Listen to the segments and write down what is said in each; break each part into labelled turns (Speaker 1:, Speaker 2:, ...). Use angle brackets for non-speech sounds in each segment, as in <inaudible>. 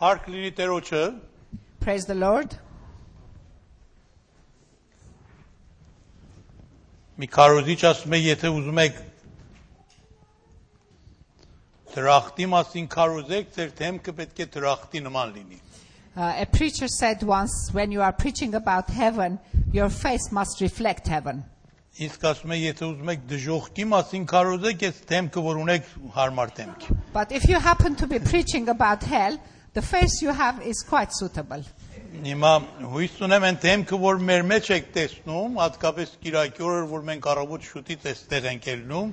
Speaker 1: Հարկ լինի Տերոջը,
Speaker 2: Praise the Lord.
Speaker 1: մի քարոզիչ ասում է, եթե ուզում եք դրախտի մասին քարոզեք, ձեր թեմքը պետք է դրախտի նման լինի։
Speaker 2: Uh, a preacher said once, when you are preaching about heaven, your face must reflect heaven.
Speaker 1: Իսկ ասում է, եթե ուզում եք դժողքի մասին քարոզեք, այս թեմքը որ ունեք հարմար թեմք։ է։
Speaker 2: But if you happen to be preaching about hell, the face you have is quite suitable.
Speaker 1: Հիմա հույս ունեմ այն թեմքը, որ մեր մեջ եք տեսնում, հատկապես Կիրակի օրը, որ մենք առավոտ շուտից էստեղ ենք ելնում,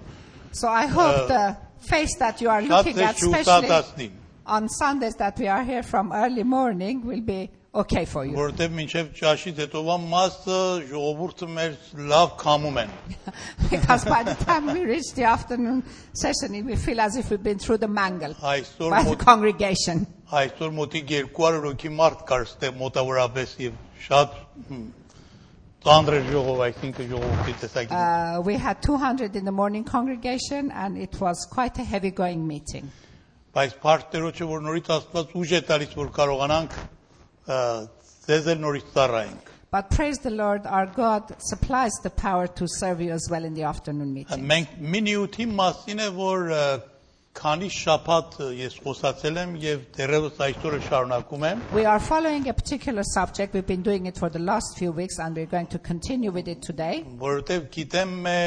Speaker 2: So I hope
Speaker 1: Uh,
Speaker 2: the face that you are
Speaker 1: շատ
Speaker 2: looking
Speaker 1: է
Speaker 2: at, especially
Speaker 1: շուտացնի,
Speaker 2: on Sundays that we are here from early morning, will be okay for you.
Speaker 1: որովհետև մինչև ճաշից հետովա մասը ժողովուրդը մեր լավ քամում են։
Speaker 2: <laughs> because by the time we reach the afternoon session, we feel as if we've been through the mangle
Speaker 1: Այսօր
Speaker 2: by the
Speaker 1: մոտ
Speaker 2: congregation.
Speaker 1: այսօր մոտի 200 հոգի մարդ կար ստեղ մոտավորապես եւ շատ հմ, ծանր էր ժողով, այսինքն ժողովրդի տեսակի։
Speaker 2: Uh, we had 200 in the morning congregation, and it was quite a heavy going meeting.
Speaker 1: Բայց Փարթերոջը որ նորից Աստված ուժ է տալիս, որ կարողանանք ա, ձեզ էլ նորից ծառայենք։
Speaker 2: But praise the Lord, our God supplies the power to serve you as well in the afternoon meeting.
Speaker 1: Մենք մինիութի մասին է որ ը, քանի շաբաթ ը, ես խոսացել եմ եւ դեռևս այսօրը շարունակում եմ
Speaker 2: We are following a particular subject. We've been doing it for the last few weeks, and we're going to continue with it today.
Speaker 1: որովհետեւ գիտեմ մե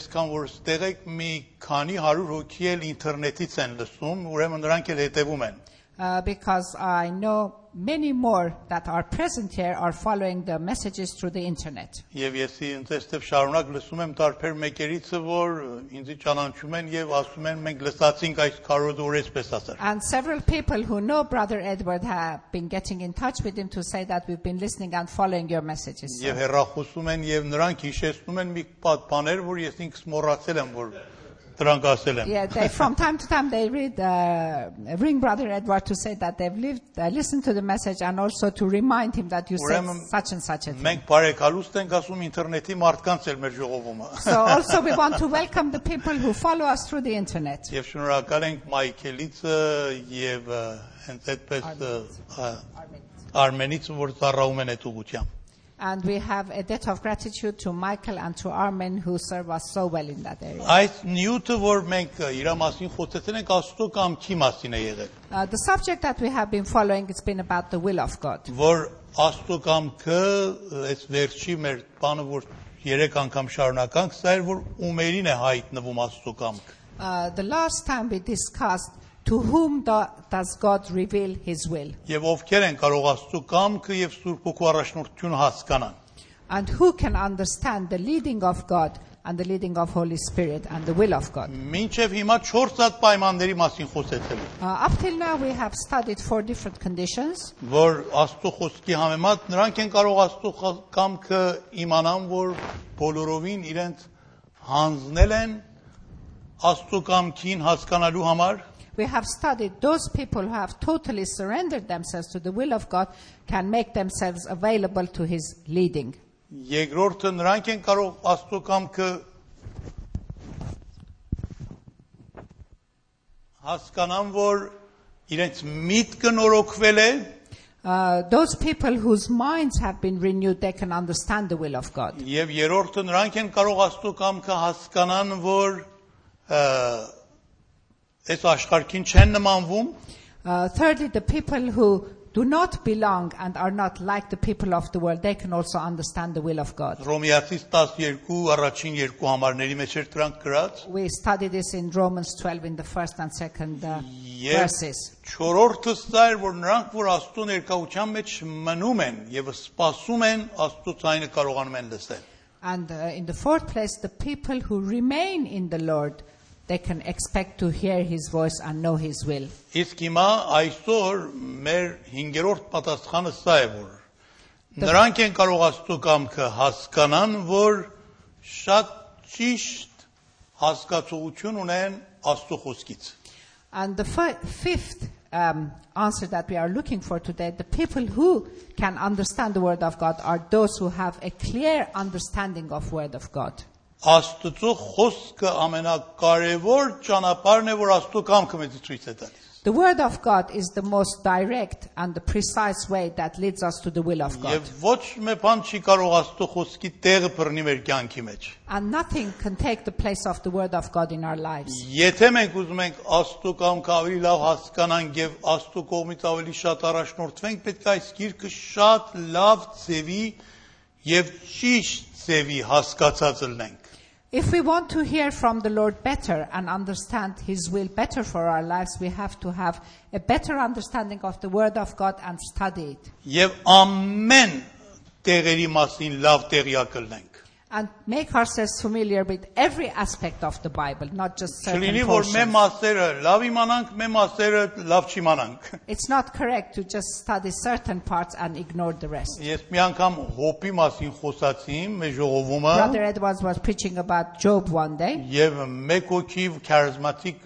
Speaker 1: այսքան որ ստեղ եք մի քանի 100 հոգի էլ ինտերնետից են լսում ուրեմն նրանք էլ հետևում են
Speaker 2: Uh, because I know many more that are present here are following the messages through the internet.
Speaker 1: եւ ես ինձ էստեղ շարունակ լսում եմ տարբեր մեկերիցը որ ը, ինձ ճանաչում են եւ ասում են մենք լսացինք այս քարոզը որ այսպես ասար
Speaker 2: And several people who know Brother Edward have been getting in touch with him to say that we've been listening and following your messages. So
Speaker 1: եւ հերախոսում են եւ նրանք հիշեցնում են մի պատ բաներ որ ես ինքս մոռացել եմ որ դրանք ասել եմ
Speaker 2: Yeah, they, from time to time they read, uh, ring Brother Edward to say that they've lived, uh, listened to the message and also to remind him that you said
Speaker 1: Ուրեմն-
Speaker 2: such and such a thing.
Speaker 1: Մենք բարեկալուստ ենք ասում ինտերնետի մարդկանց էլ մեր ժողովում։
Speaker 2: So also we want to welcome the people who follow us through the internet.
Speaker 1: Եվ շնորհակալ ենք Մայքելիցը եւ ը, հենց այդպես ը, ա, Արմենից որ ծառայում են այդ ուղությամբ։
Speaker 2: And we have a debt of gratitude to Michael and to Armin who serve us so well in that area.
Speaker 1: Այս նյութը, որ մենք ը, իր մասին խոսեցել ենք, Աստծո կամքի մասին է եղել,
Speaker 2: Uh, the subject that we have been following has been about the will of God.
Speaker 1: որ Աստծո կամքը ը, այս վերջի մեր բանը որ երեք անգամ շարունականք, սա էր որ ումերին է հայտնվում Աստծո կամքը։
Speaker 2: Uh, the last time we discussed to whom do, does God reveal his will
Speaker 1: Եվ ովքեր են կարող Աստծո կամքը եւ Սուրբ Հոգու առաջնորդություն հասկանան։
Speaker 2: and who can understand the leading of God and the leading of Holy Spirit and the will of
Speaker 1: Mm.
Speaker 2: God.
Speaker 1: Մինչև հիմա 4 հատ պայմանների մասին խոսեցել եմ,
Speaker 2: Uh, up till now we have studied four different conditions
Speaker 1: որ Աստծո խոսքի համեմատ նրանք են կարող Աստծո խա- կամքը իմանան, որ բոլորովին իրենց հանձնել են Աստծո կամքին հասկանալու համար
Speaker 2: we have studied those people who have totally surrendered themselves to the will of God can make themselves available to his leading.
Speaker 1: Երկրորդը նրանք են կարող Աստծո կամքը հասկանան, որ իրենց միտքը նորոգվել է
Speaker 2: Uh, those people whose minds have been renewed, they can understand the will of God.
Speaker 1: Եվ երրորդը նրանք են կարող Աստծո կամքը հասկանան, որ ը, այս աշխարհքին չեն նմանվում
Speaker 2: Uh, thirdly, the people who do not belong and are not like the people of the world, they can also understand the will of God.
Speaker 1: Ռոմեացից 12 առաջին երկու համարների մեջ էր դրանք գրած։
Speaker 2: We study this in Romans 12 in the first and second uh,
Speaker 1: Եվ
Speaker 2: verses.
Speaker 1: չորրորդը սա էր, որ նրանք, որ Աստծո ներկայության մեջ մնում են եւ սպասում են Աստծո ցայնը կարողանում են լսել։
Speaker 2: And uh, in the fourth place, the people who remain in the Lord, they can expect to hear his voice and know his will.
Speaker 1: Իսկ հիմա այսօր մեր 5-րդ պատասխանը սա է որ նրանք են կարող Աստծո կամքը հասկանան, որ շատ ճիշտ հասկացողություն ունեն Աստծո խոսքից։
Speaker 2: And the fi- fifth um, answer that we are looking for today, the people who can understand the word of God are those who have a clear understanding of word of God.
Speaker 1: Աստծո խոսքը ամենակարևոր ճանապարհն է, որ Աստծո կամքը մեզ ցույց է տալիս։
Speaker 2: The word of God is the most direct and the precise way that leads us to the will of God.
Speaker 1: Եվ ոչ մի բան չի կարող Աստծո խոսքի տեղը բռնի մեր կյանքի մեջ։
Speaker 2: And nothing can take the place of the word of God in our lives.
Speaker 1: Եթե մենք ուզում ենք Աստծո կամքը ավելի լավ հասկանանք եւ Աստծո կողմից ավելի շատ առաջնորդվենք, պետք է այս գիրքը շատ լավ ծեվի եւ ճիշտ ծեվի հասկացած լինենք։
Speaker 2: If we want to hear from the Lord better and understand His will better for our lives, we have to have a better understanding of the Word of God and study it.
Speaker 1: Եվ ամեն տեղերի մասին լավ տեղյակ լինենք։
Speaker 2: And make ourselves familiar with every aspect of the Bible, not
Speaker 1: Չլինի
Speaker 2: just certain
Speaker 1: որ մեր
Speaker 2: portions.
Speaker 1: մասերը լավ իմանանք, մեր մասերը լավ չիմանանք։
Speaker 2: It's not correct to just study certain parts and ignore the rest.
Speaker 1: Ես մի անգամ հոպի մասին խոսացի մեր ժողովումը
Speaker 2: Brother Edwards was preaching about Job one day,
Speaker 1: եւ մեկ հոգի քարիզմատիկ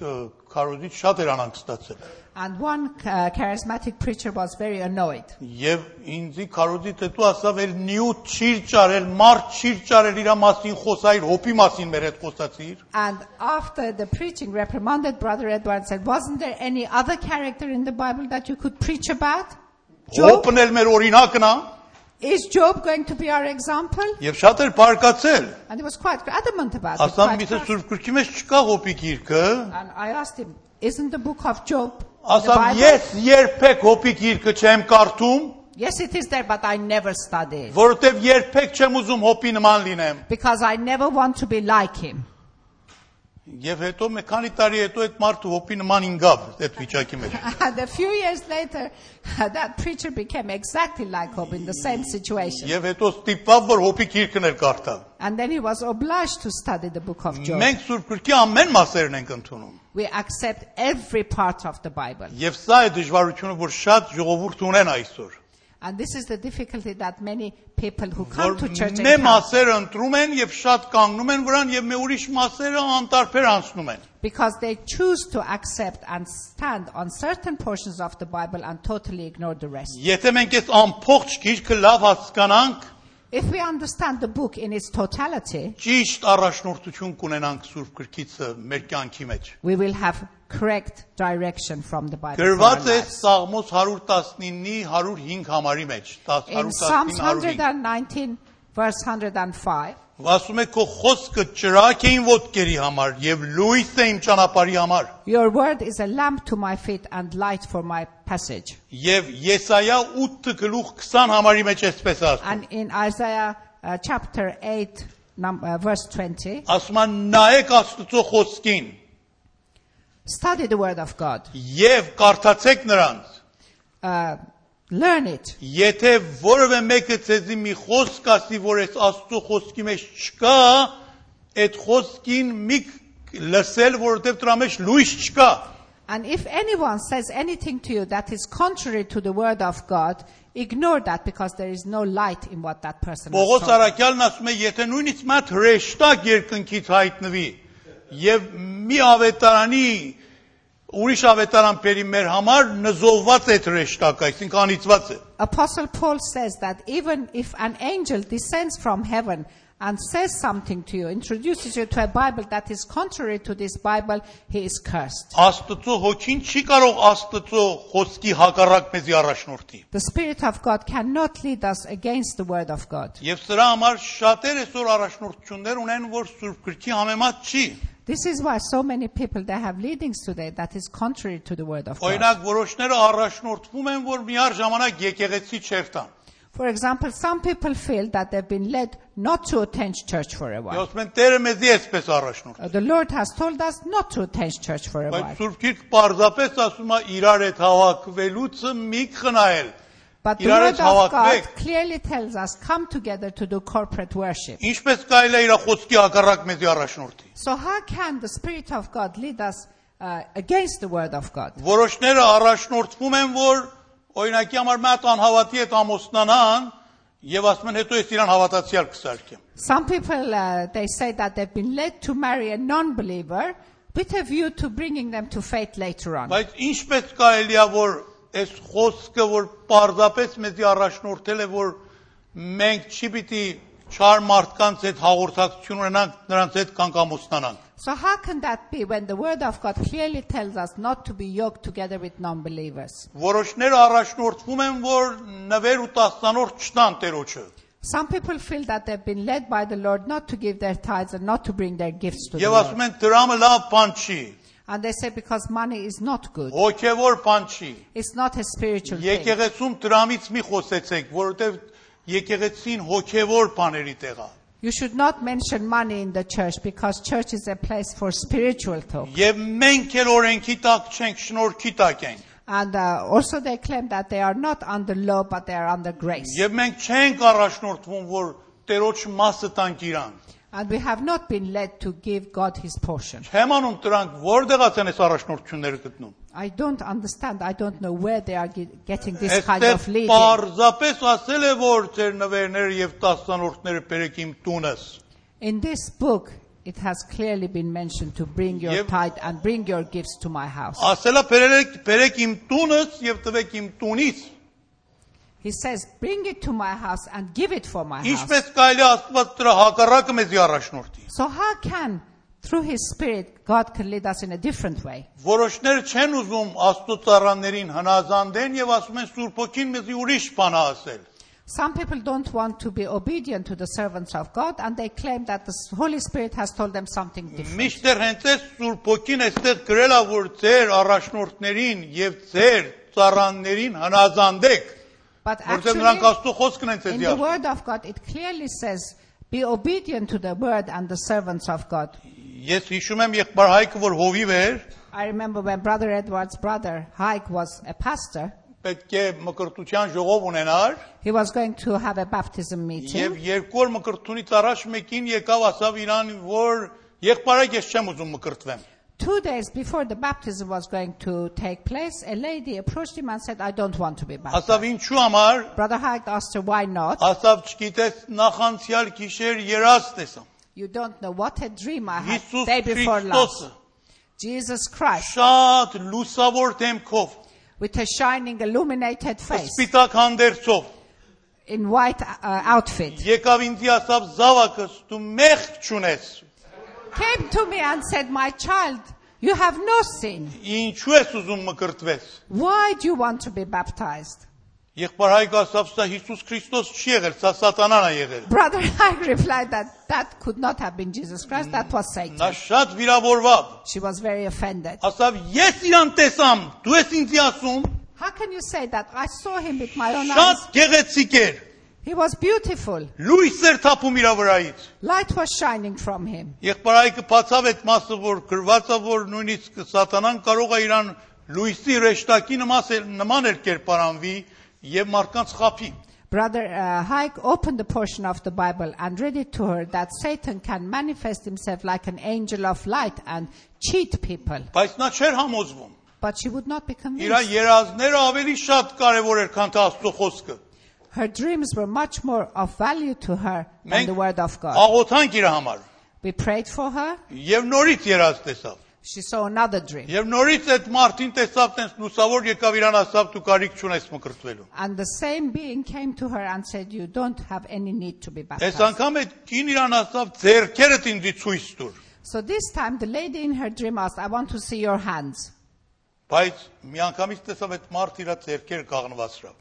Speaker 1: քարոզիչ շատ էր անանք ստացել։
Speaker 2: and one uh, charismatic preacher was very annoyed.
Speaker 1: Եվ ինձի քարոզիչ հետո ասավ, «Էլ նյութ չիր ճարել, մարդ չիր ճարել իր մասին խոսայր, հոպի մասին մեր հետ խոսացիր»։
Speaker 2: And after the preaching, reprimanded Brother Edward said, Wasn't there any other character in the Bible that you could preach about? Job?
Speaker 1: Հոպն էլ մեր օրինակն է
Speaker 2: Is Job going to be our example?
Speaker 1: եւ շատ էր բարկացել։
Speaker 2: And he was quite adamant about it.
Speaker 1: Ասամ
Speaker 2: quite
Speaker 1: միսը
Speaker 2: firm.
Speaker 1: Սուրբ Գրքի մեջ չկա հոպի գիրքը։
Speaker 2: And I asked him, Isn't the book of Job? in the
Speaker 1: Ասամ
Speaker 2: Bible?
Speaker 1: ես երբեք հոպի գիրքը չեմ կարդում,
Speaker 2: Yes, it is there, but I never study it.
Speaker 1: որովհետև երբեք չեմ ուզում հոպի նման լինեմ։
Speaker 2: Because I never want to be like him.
Speaker 1: Եվ հետո մի քանի տարի հետո այդ մարդը հոպի նման ինգավ այդ վիճակի մեջ։
Speaker 2: And a few years later, <laughs> that preacher became exactly like Job in the same situation.
Speaker 1: Եվ հետո ստիպավ որ հոպի գիրքն էր կարդալ։
Speaker 2: And then he was obliged to study the book of Job.
Speaker 1: Մենք Սուրբ Գրքի ամեն մասերն ենք ընդունում։
Speaker 2: We accept every part of the Bible.
Speaker 1: Եվ սա է դժվարությունը, որ շատ ժողովուրդ ունեն այսօր։
Speaker 2: And this is the difficulty that many people who
Speaker 1: Որ
Speaker 2: come to church
Speaker 1: մե
Speaker 2: encounter
Speaker 1: մասերը ընտրում են եւ շատ կանգնում են վրան եւ մե ուրիշ մասերը անտարբեր անցնում են։
Speaker 2: because they choose to accept and stand on certain portions of the Bible and totally ignore the rest.
Speaker 1: Եթե մենք այս ամփոխ գիրքը լավ հասկանանք,
Speaker 2: If we understand the book in its totality,
Speaker 1: ճիշտ առաջնորդություն կունենանք Սուրբ Գրքիցը մեր կյանքի մեջ։
Speaker 2: we will have correct direction from the Bible. for our
Speaker 1: Գրված է
Speaker 2: lives.
Speaker 1: Սաղմոս 119-ի 105 համարի մեջ, 10
Speaker 2: In Psalms
Speaker 1: 119-105։
Speaker 2: 119, verse 105,
Speaker 1: Ասում է քո խոսքը ճրակ է իմ ոտքերի համար եւ լույս է իմ ճանապարհի համար։
Speaker 2: your word is a lamp to my feet and light for my passage.
Speaker 1: Եվ Եսայա 8 գլուխ 20 համարի մեջ էսպես ասում։
Speaker 2: And in Isaiah uh, chapter 8, num- uh, verse 20,
Speaker 1: Ասում է նայեք Աստծո խոսքին
Speaker 2: study the word of God.
Speaker 1: եւ կարդացեք նրանց։
Speaker 2: Uh, learn it.
Speaker 1: Եթե որևէ մեկը ցեզի մի խոսք ասի, որ այս Աստծո խոսքի մեջ չկա, այդ խոսքին մի կ- լսել, որովհետև դրա մեջ լույս չկա։
Speaker 2: And if anyone says anything to you that is contrary to the word of God, ignore that because there is no light in what that person has
Speaker 1: Պողոս
Speaker 2: told.
Speaker 1: Արաքյալն ասում է, եթե նույնիսկ մի հատ հրեշտակ երկնքից հայտնվի եւ մի ավետարանի ուրիշ ավետարան բերի մեր համար նզովված է այդ հրեշտակը, այսինքն անիծված է։
Speaker 2: Apostle Paul says that even if an angel descends from heaven and says something to you, introduces you to a Bible that is contrary to this Bible, he is cursed.
Speaker 1: Աստծո հոգին չի կարող Աստծո խոսքի հակառակ մեզի առաջնորդի։
Speaker 2: The Spirit of God cannot lead us against the word of God.
Speaker 1: Եվ սրա համար շատեր այսօր առաջնորդություններ ունեն, որ Սուրբ Գրքի համեմատ չի։
Speaker 2: This is why so many people they have leadings today that is contrary to the word of God.
Speaker 1: Օրինակ որոշները առաջնորդվում են, որ միար ժամանակ եկեղեցի չերտան։
Speaker 2: For example, some people feel that they've been led not to attend church for
Speaker 1: Եվ
Speaker 2: a while.
Speaker 1: ասում են Տերը մեզի այսպես առաջնորդ։
Speaker 2: Uh, The Lord has told us not to attend church for a while.
Speaker 1: Բայց Սուրբ Գիրքը պարզապես ասում է իրար հետ հավաքվելուցը մի խնայել։
Speaker 2: But the
Speaker 1: Իրար
Speaker 2: Word
Speaker 1: հետ
Speaker 2: of God
Speaker 1: հավաքվեք։
Speaker 2: clearly tells us come together to do corporate worship.
Speaker 1: Ինչպես կարելի է իր խոսքի հակառակ մեզի առաջնորդի։
Speaker 2: So how can the Spirit of God lead us uh, against the Word of God?
Speaker 1: Որոշները առաջնորդվում են, որ օրինակի համար մի հատ անհավատի հետ ամուսնանան եւ ասում են հետո ես իրան հավատացյալ կսարքեմ։
Speaker 2: Some people, uh, they say that they've been led to marry a non-believer with a view to bringing them to faith later on.
Speaker 1: Բայց ինչպես կարելի է որ այս խոսքը որ պարզապես մեզի առաջնորդել է որ մենք չի պիտի չար մարդկանց հետ հաղորդակցություն ունենանք, նրանց հետ կանգամուսնանանք։
Speaker 2: So how can that be when the word of God clearly tells us not to be yoked together with non-believers?
Speaker 1: Որոշները առաջնորդվում են, որ նվեր ու տասնանորդ չտան Տերոջը։
Speaker 2: Some people feel that they've been led by the Lord not to give their tithes and not to bring their gifts to the
Speaker 1: Եվ
Speaker 2: Lord.
Speaker 1: ասում են դրամը լավ բան չի,
Speaker 2: And they say because money is not good.
Speaker 1: հոգևոր բան չի։
Speaker 2: It's not a spiritual thing.
Speaker 1: Եկեղեցում դրամից մի խոսեցեք, որովհետև եկեղեցին հոգևոր բաների տեղ է։
Speaker 2: You should not mention money in the church because church is a place for spiritual talk.
Speaker 1: Եվ մենք էլ օրենքի տակ չենք, շնորհքի տակ ենք։
Speaker 2: And uh, also they claim that they are not under law but they are under grace.
Speaker 1: Եվ մենք չենք առաջնորդվում, որ Տերոջ մասը տանք իրան։
Speaker 2: And we have not been led to give God his portion.
Speaker 1: Թեմանում դրանք որտեղից են այս առաջնորդությունները գտնում։
Speaker 2: I don't understand. I don't know where they are ge- getting this kind
Speaker 1: Այստեղ
Speaker 2: of leading.
Speaker 1: պարզապես ասել է, որ ձեր նվերները եւ տասնանորդները բերեք իմ տունս։
Speaker 2: In this book, it has clearly been mentioned to bring your
Speaker 1: Yep.
Speaker 2: tithe and bring your gifts to my house.
Speaker 1: Ասելա բերեք բերեք իմ տունս եւ տվեք իմ տունից։
Speaker 2: He says, bring it to my house and give it for my house.
Speaker 1: Ինչպես կարելի է Աստված դրա հակառակը մեզի առաջնորդի։
Speaker 2: So how can, through his spirit, God can lead us in a different way?
Speaker 1: Որոշներ չեն ուզում Աստծո ծառաներին հնազանդեն եւ ասում են Սուրբ Օքին մեզի ուրիշ բան է ասել։
Speaker 2: Some people don't want to be obedient to the servants of God and they claim that the Holy Spirit has told them something different.
Speaker 1: Միշտեր հենց այս Սուրբ Օքին այստեղ գրել է որ ձեր առաջնորդներին եւ ձեր ծառաներին հնազանդեք,
Speaker 2: But
Speaker 1: որտեղ նրանք
Speaker 2: actually,
Speaker 1: Աստծո խոսքն են
Speaker 2: in
Speaker 1: ցեզի
Speaker 2: the
Speaker 1: ասում։
Speaker 2: word of God, it clearly says, be obedient to the word and the servants of God.
Speaker 1: Ես հիշում եմ եղբայր Հայկը, որ հովիվ էր,
Speaker 2: I remember when Brother Edward's brother, Hike, was a pastor,
Speaker 1: պետք է մկրտության ժողով ունենար,
Speaker 2: he was going to have a baptism meeting.
Speaker 1: եւ երկու օր մկրտունից առաջ մեկին եկավ ասավ իրան, որ եղբայր Հայկ, ես չեմ ուզում մկրտվեմ։
Speaker 2: Two days before the baptism was going to take place, a lady approached him and said, I don't want to be baptized.
Speaker 1: Ասավ ինչու համար,
Speaker 2: Brother Hike asked her, why not?
Speaker 1: ասավ չգիտես նախանցյալ գիշեր երաս տեսա։
Speaker 2: You don't know what a dream I had
Speaker 1: Հիսուս
Speaker 2: day before last.
Speaker 1: Քրիստոսը
Speaker 2: Jesus Christ
Speaker 1: շատ լուսավոր դեմքով,
Speaker 2: with a shining illuminated face
Speaker 1: սպիտակ հանդերձով
Speaker 2: in white uh, outfit
Speaker 1: եկավ ինձի ասավ զավակս դու մեղ չունես։
Speaker 2: came to me and said, my child, you have no sin.
Speaker 1: Ինչու ես ուզում մկրտվես։
Speaker 2: Why do you want to be baptized? <laughs>
Speaker 1: Եղբայր Հայկը ասավ, սա Հիսուս Քրիստոս չի եղել, սա սատանան է եղել։
Speaker 2: Brother Hag replied that that could not have been Jesus Christ, that was Satan.
Speaker 1: Նա շատ վիրավորվավ։
Speaker 2: She was very offended.
Speaker 1: Ասավ, ես իրան տեսամ, դու ես ինձի ասում,
Speaker 2: How can you say that? I saw him with my own eyes.
Speaker 1: շատ գեղեցիկ էր։
Speaker 2: He was beautiful.
Speaker 1: Լույս էր թափում իր վրայից։
Speaker 2: Light was shining from him.
Speaker 1: Եղբայր Հայկը բացավ այդ մասը, որ գրված է, որ նույնիսկ սատանան կարող է իրան լույսի հեշտակի նման նման էր կերպարանվի եւ մարդկանց խափի։
Speaker 2: Brother uh, Hike opened the portion of the Bible and read it to her that Satan can manifest himself like an angel of light and cheat people.
Speaker 1: Բայց նա չէր համոզվում։
Speaker 2: But she would not be
Speaker 1: Իր
Speaker 2: convinced.
Speaker 1: երազները ավելի շատ կարևոր էր, քան թե Աստծո խոսքը։
Speaker 2: Her dreams were much more of value to her than the Word of God.
Speaker 1: աղոթանք իր համար։
Speaker 2: We prayed for her.
Speaker 1: Եվ նորից երազ տեսավ։
Speaker 2: She saw another dream.
Speaker 1: Եվ նորից այդ մարդին տեսավ տենց լուսավոր եկավ իրան ասավ դու կարիք չունես մկրտվելու։
Speaker 2: And the same being came to her and said, You don't have any need to be
Speaker 1: Այս
Speaker 2: baptized.
Speaker 1: անգամ այդ քին իրան ասավ ձերքերդ ինձի ցույց տուր։
Speaker 2: So this time the lady in her dream asked, I want to see your hands.
Speaker 1: Բայց միանգամից տեսավ այդ մարդը իր ձերքերը կաղնվածրավ,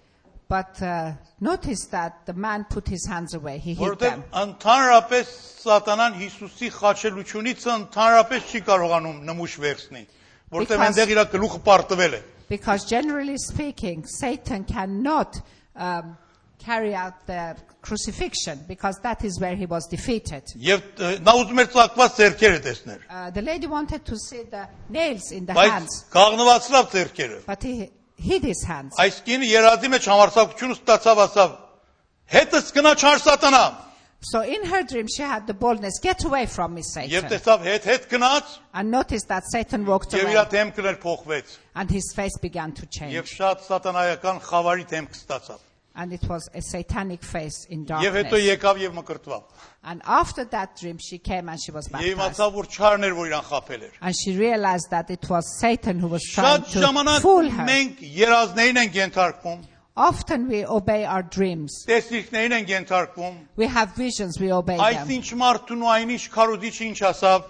Speaker 2: But uh, notice that the man put his hands away. He hid
Speaker 1: որովհետև
Speaker 2: them.
Speaker 1: ընդհանրապես սատանան Հիսուսի խաչելությունից ընդհանրապես չի կարողանում նմուշ վերցնել, որովհետև
Speaker 2: Because-
Speaker 1: այնտեղ իր գլուխը պարտվել է։
Speaker 2: Because generally speaking, Satan cannot um, carry out the crucifixion because that is where he was defeated.
Speaker 1: Եվ ը, նա ուզում էր ծակված ձերքերը տեսնել,
Speaker 2: Uh, the lady wanted to see the nails in the
Speaker 1: բայց
Speaker 2: hands,
Speaker 1: կաղնվածրավ ձերքերը։
Speaker 2: but he hid his hands.
Speaker 1: Այս կինը երազի մեջ համարձակություն ստացավ ասավ. Հետս գնա չար սատանա։
Speaker 2: So in her dream, she had the boldness, Get away from me, Satan.
Speaker 1: Եվ տեսավ հետ հետ գնաց
Speaker 2: and noticed that Satan walked
Speaker 1: եւ
Speaker 2: away
Speaker 1: իր դեմքն էր փոխվեց
Speaker 2: and his face began to
Speaker 1: եւ
Speaker 2: change.
Speaker 1: շատ սատանայական խավարի դեմք ստացավ։
Speaker 2: And it was a satanic face in
Speaker 1: Եվ հետո
Speaker 2: darkness.
Speaker 1: եկավ եւ մկրտվավ։
Speaker 2: And after that dream, she came and she was
Speaker 1: Եվ
Speaker 2: baptized.
Speaker 1: իմացավ որ չարն էր որ իրան խափել էր։
Speaker 2: And she realized that it was Satan who was trying
Speaker 1: Շատ
Speaker 2: to
Speaker 1: ժամանակ
Speaker 2: fool her.
Speaker 1: մենք երազներին ենք ենթարկվում,
Speaker 2: Often we obey our dreams.
Speaker 1: Տեսիլքներին են ենթարկվում։
Speaker 2: We have visions, we obey
Speaker 1: Այս
Speaker 2: them.
Speaker 1: ինչ մարդուն ու այն ինչ քարոզիչը ինչ ասավ,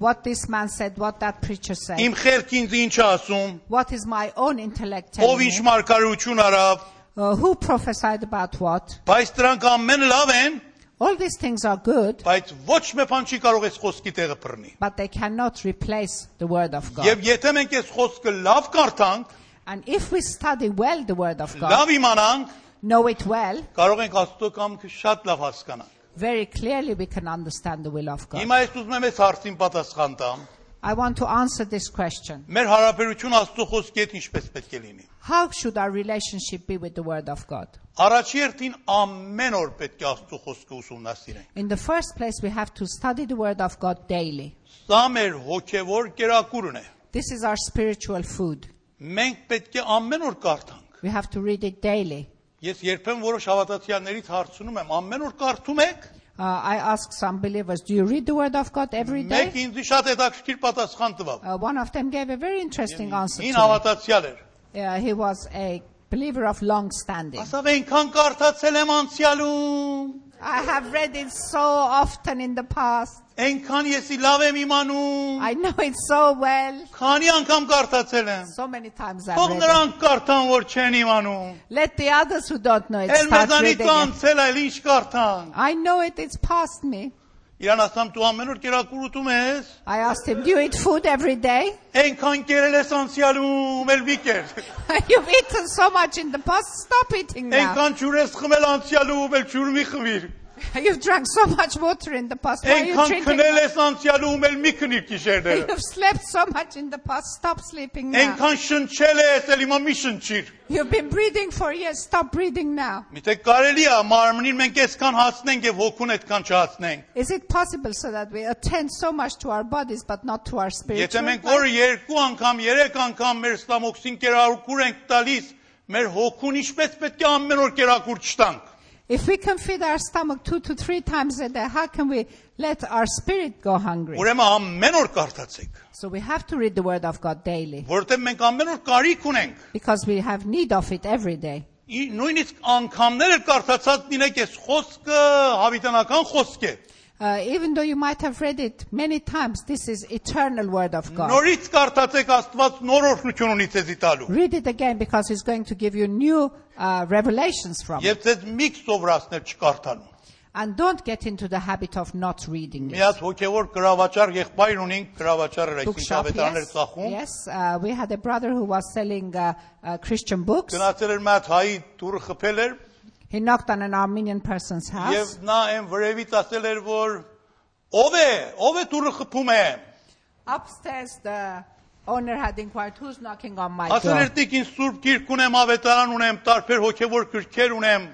Speaker 2: What this man said, what that preacher said,
Speaker 1: իմ խելքը ինձ ինչ է ասում,
Speaker 2: what is my own intellect
Speaker 1: ով
Speaker 2: telling
Speaker 1: ինչ
Speaker 2: me,
Speaker 1: մարգարություն արավ,
Speaker 2: uh, who prophesied about what.
Speaker 1: բայց դրանք ամեն լավ են,
Speaker 2: All these things are good,
Speaker 1: բայց ոչ մի բան չի կարող այս խոսքի տեղը բռնի։
Speaker 2: but they cannot replace the Word of God.
Speaker 1: Եվ եթե մենք այս խոսքը լավ կարդանք,
Speaker 2: And if we study well the Word of God,
Speaker 1: լավ իմանանք,
Speaker 2: know it well,
Speaker 1: կարող ենք Աստծո կամքը շատ լավ հասկանալ։
Speaker 2: very clearly we can understand the will of God.
Speaker 1: Հիմա ես ուզում եմ այս հարցին պատասխան տամ։
Speaker 2: I want to answer this question.
Speaker 1: Մեր հարաբերությունը Աստծո խոսքի հետ ինչպես պետք է լինի։
Speaker 2: How should our relationship be with the Word of God?
Speaker 1: Առաջերտին ամեն օր պետք է Աստծո խոսքը ուսումնասիրենք։
Speaker 2: In the first place, we have to study the Word of God daily.
Speaker 1: Սա մեր հոգևոր կերակուրն է։
Speaker 2: This is our spiritual food.
Speaker 1: Մենք պետք է ամեն օր կարդանք։
Speaker 2: We have to read it daily.
Speaker 1: Ես երբեմն որոշ հավատացյալներից հարցնում եմ, ամեն օր կարդում եք։
Speaker 2: Uh, I ask some believers, do you read the Word of God every
Speaker 1: Մեկ
Speaker 2: day?
Speaker 1: ինձ շատ հետաքրքիր պատասխան տվավ։
Speaker 2: Uh, one of them gave a very interesting answer.
Speaker 1: Ին
Speaker 2: To me.
Speaker 1: հավատացյալ էր։
Speaker 2: Yeah, he was a believer of long standing.
Speaker 1: Ասավ այնքան կարդացել եմ անցյալում,
Speaker 2: I have read it so often in the past.
Speaker 1: այնքան եսի լավ եմ իմանում,
Speaker 2: I know it so well.
Speaker 1: քանի անգամ կարդացել եմ։
Speaker 2: So many times I've
Speaker 1: Ո՞վ
Speaker 2: read it.
Speaker 1: նրանք կարդան, որ չեն իմանում։
Speaker 2: Let the others who don't know it
Speaker 1: Էլ
Speaker 2: start
Speaker 1: մեզանից
Speaker 2: reading it.
Speaker 1: անցել, այլ ինչ կարդան։
Speaker 2: I know it, it's past me.
Speaker 1: Իրան ասամ դու ամեն օր կերակուր ուտում ես,
Speaker 2: I asked him, do you eat food every day? <laughs>
Speaker 1: այնքան կերել ես անցյալում, էլ մի կեր։
Speaker 2: You've eaten so much in the past, stop eating now.
Speaker 1: Այնքան ջուր ես խմել անցյալում, էլ ջուր մի խմիր։
Speaker 2: <laughs> You've drunk so much water in the past, why are you
Speaker 1: Այնքան
Speaker 2: drinking?
Speaker 1: քնել ես անցյալում, էլ մի քնիր գիշերները։
Speaker 2: <laughs> You've slept so much in the past, stop sleeping now.
Speaker 1: Այնքան շնչել ես, էլ հիմա մի շնչիր։
Speaker 2: You've been breathing for years, stop breathing now.
Speaker 1: Միթե կարելի է մարմնին մենք այսքան հասնենք եւ հոգուն այդքան չհասնենք։
Speaker 2: Is it possible so that we attend so much to our bodies but not to our
Speaker 1: Եթե
Speaker 2: spiritual
Speaker 1: մենք
Speaker 2: life?
Speaker 1: օրը երկու անգամ, երեք անգամ մեր ստամոքսին կերակուր ենք տալիս, մեր հոգուն ինչպես պետք է ամեն օր կերակուր չտանք։
Speaker 2: If we can feed our stomach two to three times a day, how can we let our spirit go hungry?
Speaker 1: Ուրեմն ամեն օր կարդացեք,
Speaker 2: So we have to read the Word of God daily
Speaker 1: որովհետեւ մենք ամեն օր կարիք ունենք։
Speaker 2: because we have need of it every day.
Speaker 1: ի- Նույնիսկ անգամներ էլ կարդացած լինեք այս խոսքը հավիտենական խոսք է։
Speaker 2: Uh, even though you might have read it many times, this is eternal Word of God.
Speaker 1: Նորից կարդացեք Աստված նոր օրհնություն ունի ցեզի տալու։
Speaker 2: Read it again because He's going to give you new uh, revelations from it.
Speaker 1: Եվ ցեզ միք սովրացնել չկարդանու։
Speaker 2: And don't get into the habit of not reading it.
Speaker 1: Միած հոգևոր գրավաճար եղբայր ունին, գրավաճարը այսինքն
Speaker 2: Bookshop,
Speaker 1: ավետարաններ
Speaker 2: yes.
Speaker 1: ծախում։
Speaker 2: Yes, uh, we had a brother who was selling uh, uh, Christian books.
Speaker 1: Գնացել էր մատ հայի դուրը խփել էր
Speaker 2: He knocked on an Armenian person's
Speaker 1: եւ
Speaker 2: house.
Speaker 1: նա այն վրևից ասել էր որ ով է, ով է դուրը խփում է։
Speaker 2: Upstairs, the owner had inquired, who's knocking on my
Speaker 1: Ասել
Speaker 2: door?
Speaker 1: էր տիկին Սուրբ Գիրք ունեմ, ավետարան ունեմ, տարբեր հոգևոր գրքեր ունեմ։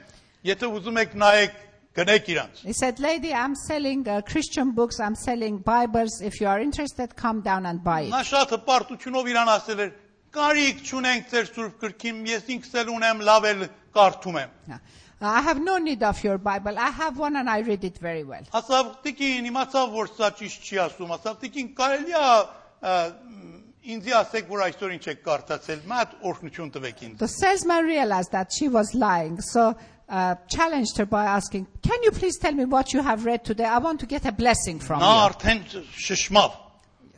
Speaker 1: Եթե ուզում եք նայեք, գնեք իրանց։
Speaker 2: He said, lady, I'm selling uh, Christian books, I'm selling Bibles. If you are interested, come down and buy it.
Speaker 1: Նա շատ հպարտությունով իրան ասել էր. Կարիք չունենք ձեր Սուրբ Գրքին, ես ինքս էլ ունեմ, լավ էլ կարդում եմ։
Speaker 2: Yeah. Uh, I have no need of your Bible. I have one and I read it very well.
Speaker 1: Ասավ տիկին, իմացավ որ սա ճիշտ չի ասում, ասավ տիկին կարելի է ա, ինձի ասեք որ այսօր ինչ եք կարդացել, մատ օրհնություն տվեք ինձ։
Speaker 2: The salesman realized that she was lying, so uh, challenged her by asking, can you please tell me what you have read today? I want to get a blessing from
Speaker 1: Նա արդեն շշմավ։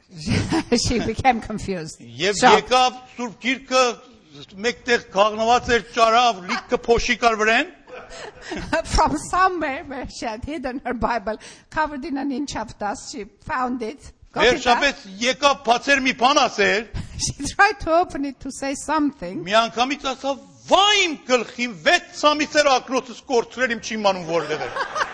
Speaker 2: you. <laughs> she became confused.
Speaker 1: Եվ
Speaker 2: Shocked.
Speaker 1: եկավ Սուրբ Գիրքը մեկտեղ քաղնված էր ճարավ, լիքը փոշի կար վրան։
Speaker 2: <laughs> from somewhere where she had hidden her Bible, covered in an inch of dust, she found it. Got it up.
Speaker 1: Վերջապես եկավ բացեր մի բան ասել,
Speaker 2: <laughs> She tried to open it to say something.
Speaker 1: միանգամից ասավ Վայ իմ գլխին 6 ցամից էր ակնոցս կորցրել իմ չի իմանում որտեղ է։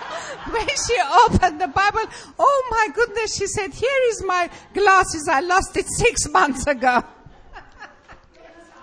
Speaker 2: <laughs> When she opened the Bible, oh my goodness, she said, here is my glasses. I lost it six <laughs> months ago.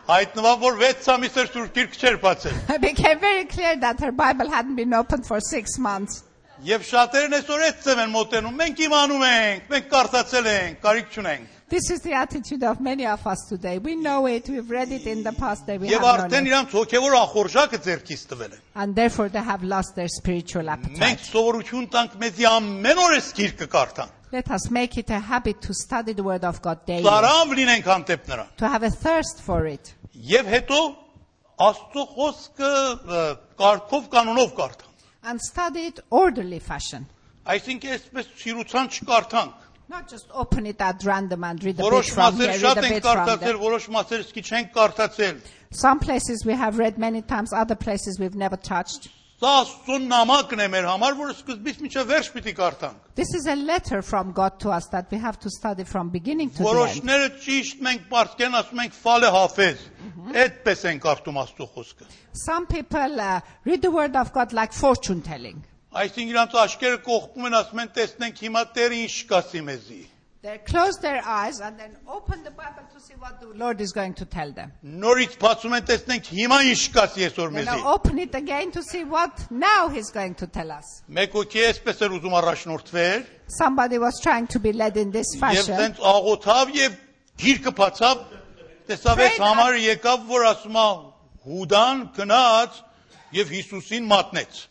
Speaker 1: Հայտնվավ որ 6 ցամից էր Սուրբ Գիրքը չէր բացել։
Speaker 2: It became very clear that her Bible hadn't been opened for six months.
Speaker 1: Եվ շատերն այսօր այդպես են մոտենում։ Մենք իմանում ենք, մենք կարծացել ենք, կարիք չունենք։
Speaker 2: This is the attitude of many of us today. We know it. We've read it in the past. They we
Speaker 1: Եվ
Speaker 2: have known
Speaker 1: արդեն
Speaker 2: it.
Speaker 1: իրանց հոգևոր ախորժակը ձերքից տվել են։
Speaker 2: And therefore they have lost their spiritual appetite.
Speaker 1: Մենք սովորություն տանք մեզի ամեն օր էս գիրքը կարդան։
Speaker 2: Let us make it a habit to study the Word of God daily,
Speaker 1: Զարամ լինենք հանդեպ նրան։
Speaker 2: to have a thirst for it,
Speaker 1: Եվ հետո Աստծո խոսքը ը, կարգով կանոնով կարդան։
Speaker 2: and study it orderly fashion.
Speaker 1: Այսինքն այսպես ցիրուցան չկարդանք։
Speaker 2: Not just open it at random and read a bit
Speaker 1: Որոշ
Speaker 2: from
Speaker 1: մասեր
Speaker 2: here, read a
Speaker 1: շատ են
Speaker 2: bit from there.
Speaker 1: կարդացել, որոշ մասեր սկիչ են կարդացել։
Speaker 2: Some places we have read many times, other places we've never touched.
Speaker 1: Սա Աստծո նամակն է մեր համար, որը սկզբից մինչև վերջ պիտի կարդանք։
Speaker 2: This is a letter from God to us that we have to study from beginning to the end.
Speaker 1: Որոշները ճիշտ մենք պարտքեն ասում ենք ֆալե հաֆեզ։ Այդպես են կարդում Աստծո խոսքը։
Speaker 2: Some people uh, read the word of God like fortune telling.
Speaker 1: Այսինքն իրանց աչքերը կողպում են, ասում են տեսնենք հիմա Տերը ինչ կասի մեզի։
Speaker 2: They close their eyes and then open the Bible to see what the Lord is going to tell them.
Speaker 1: Նորից բացում են, տեսնենք հիմա ինչ կասի այսօր
Speaker 2: Then
Speaker 1: մեզի։
Speaker 2: I open it again to see what now he's going to tell us.
Speaker 1: Մեկ օքի էսպես էր ուզում առաջնորդվել,
Speaker 2: Somebody was trying to be led in this
Speaker 1: եւ
Speaker 2: fashion.
Speaker 1: դենց աղոթավ եւ գիրքը բացավ, տեսավ այս
Speaker 2: Ֆրեյդ,
Speaker 1: համարը եկավ, որ ասում է Հուդան գնաց եւ Հիսուսին մատնեց։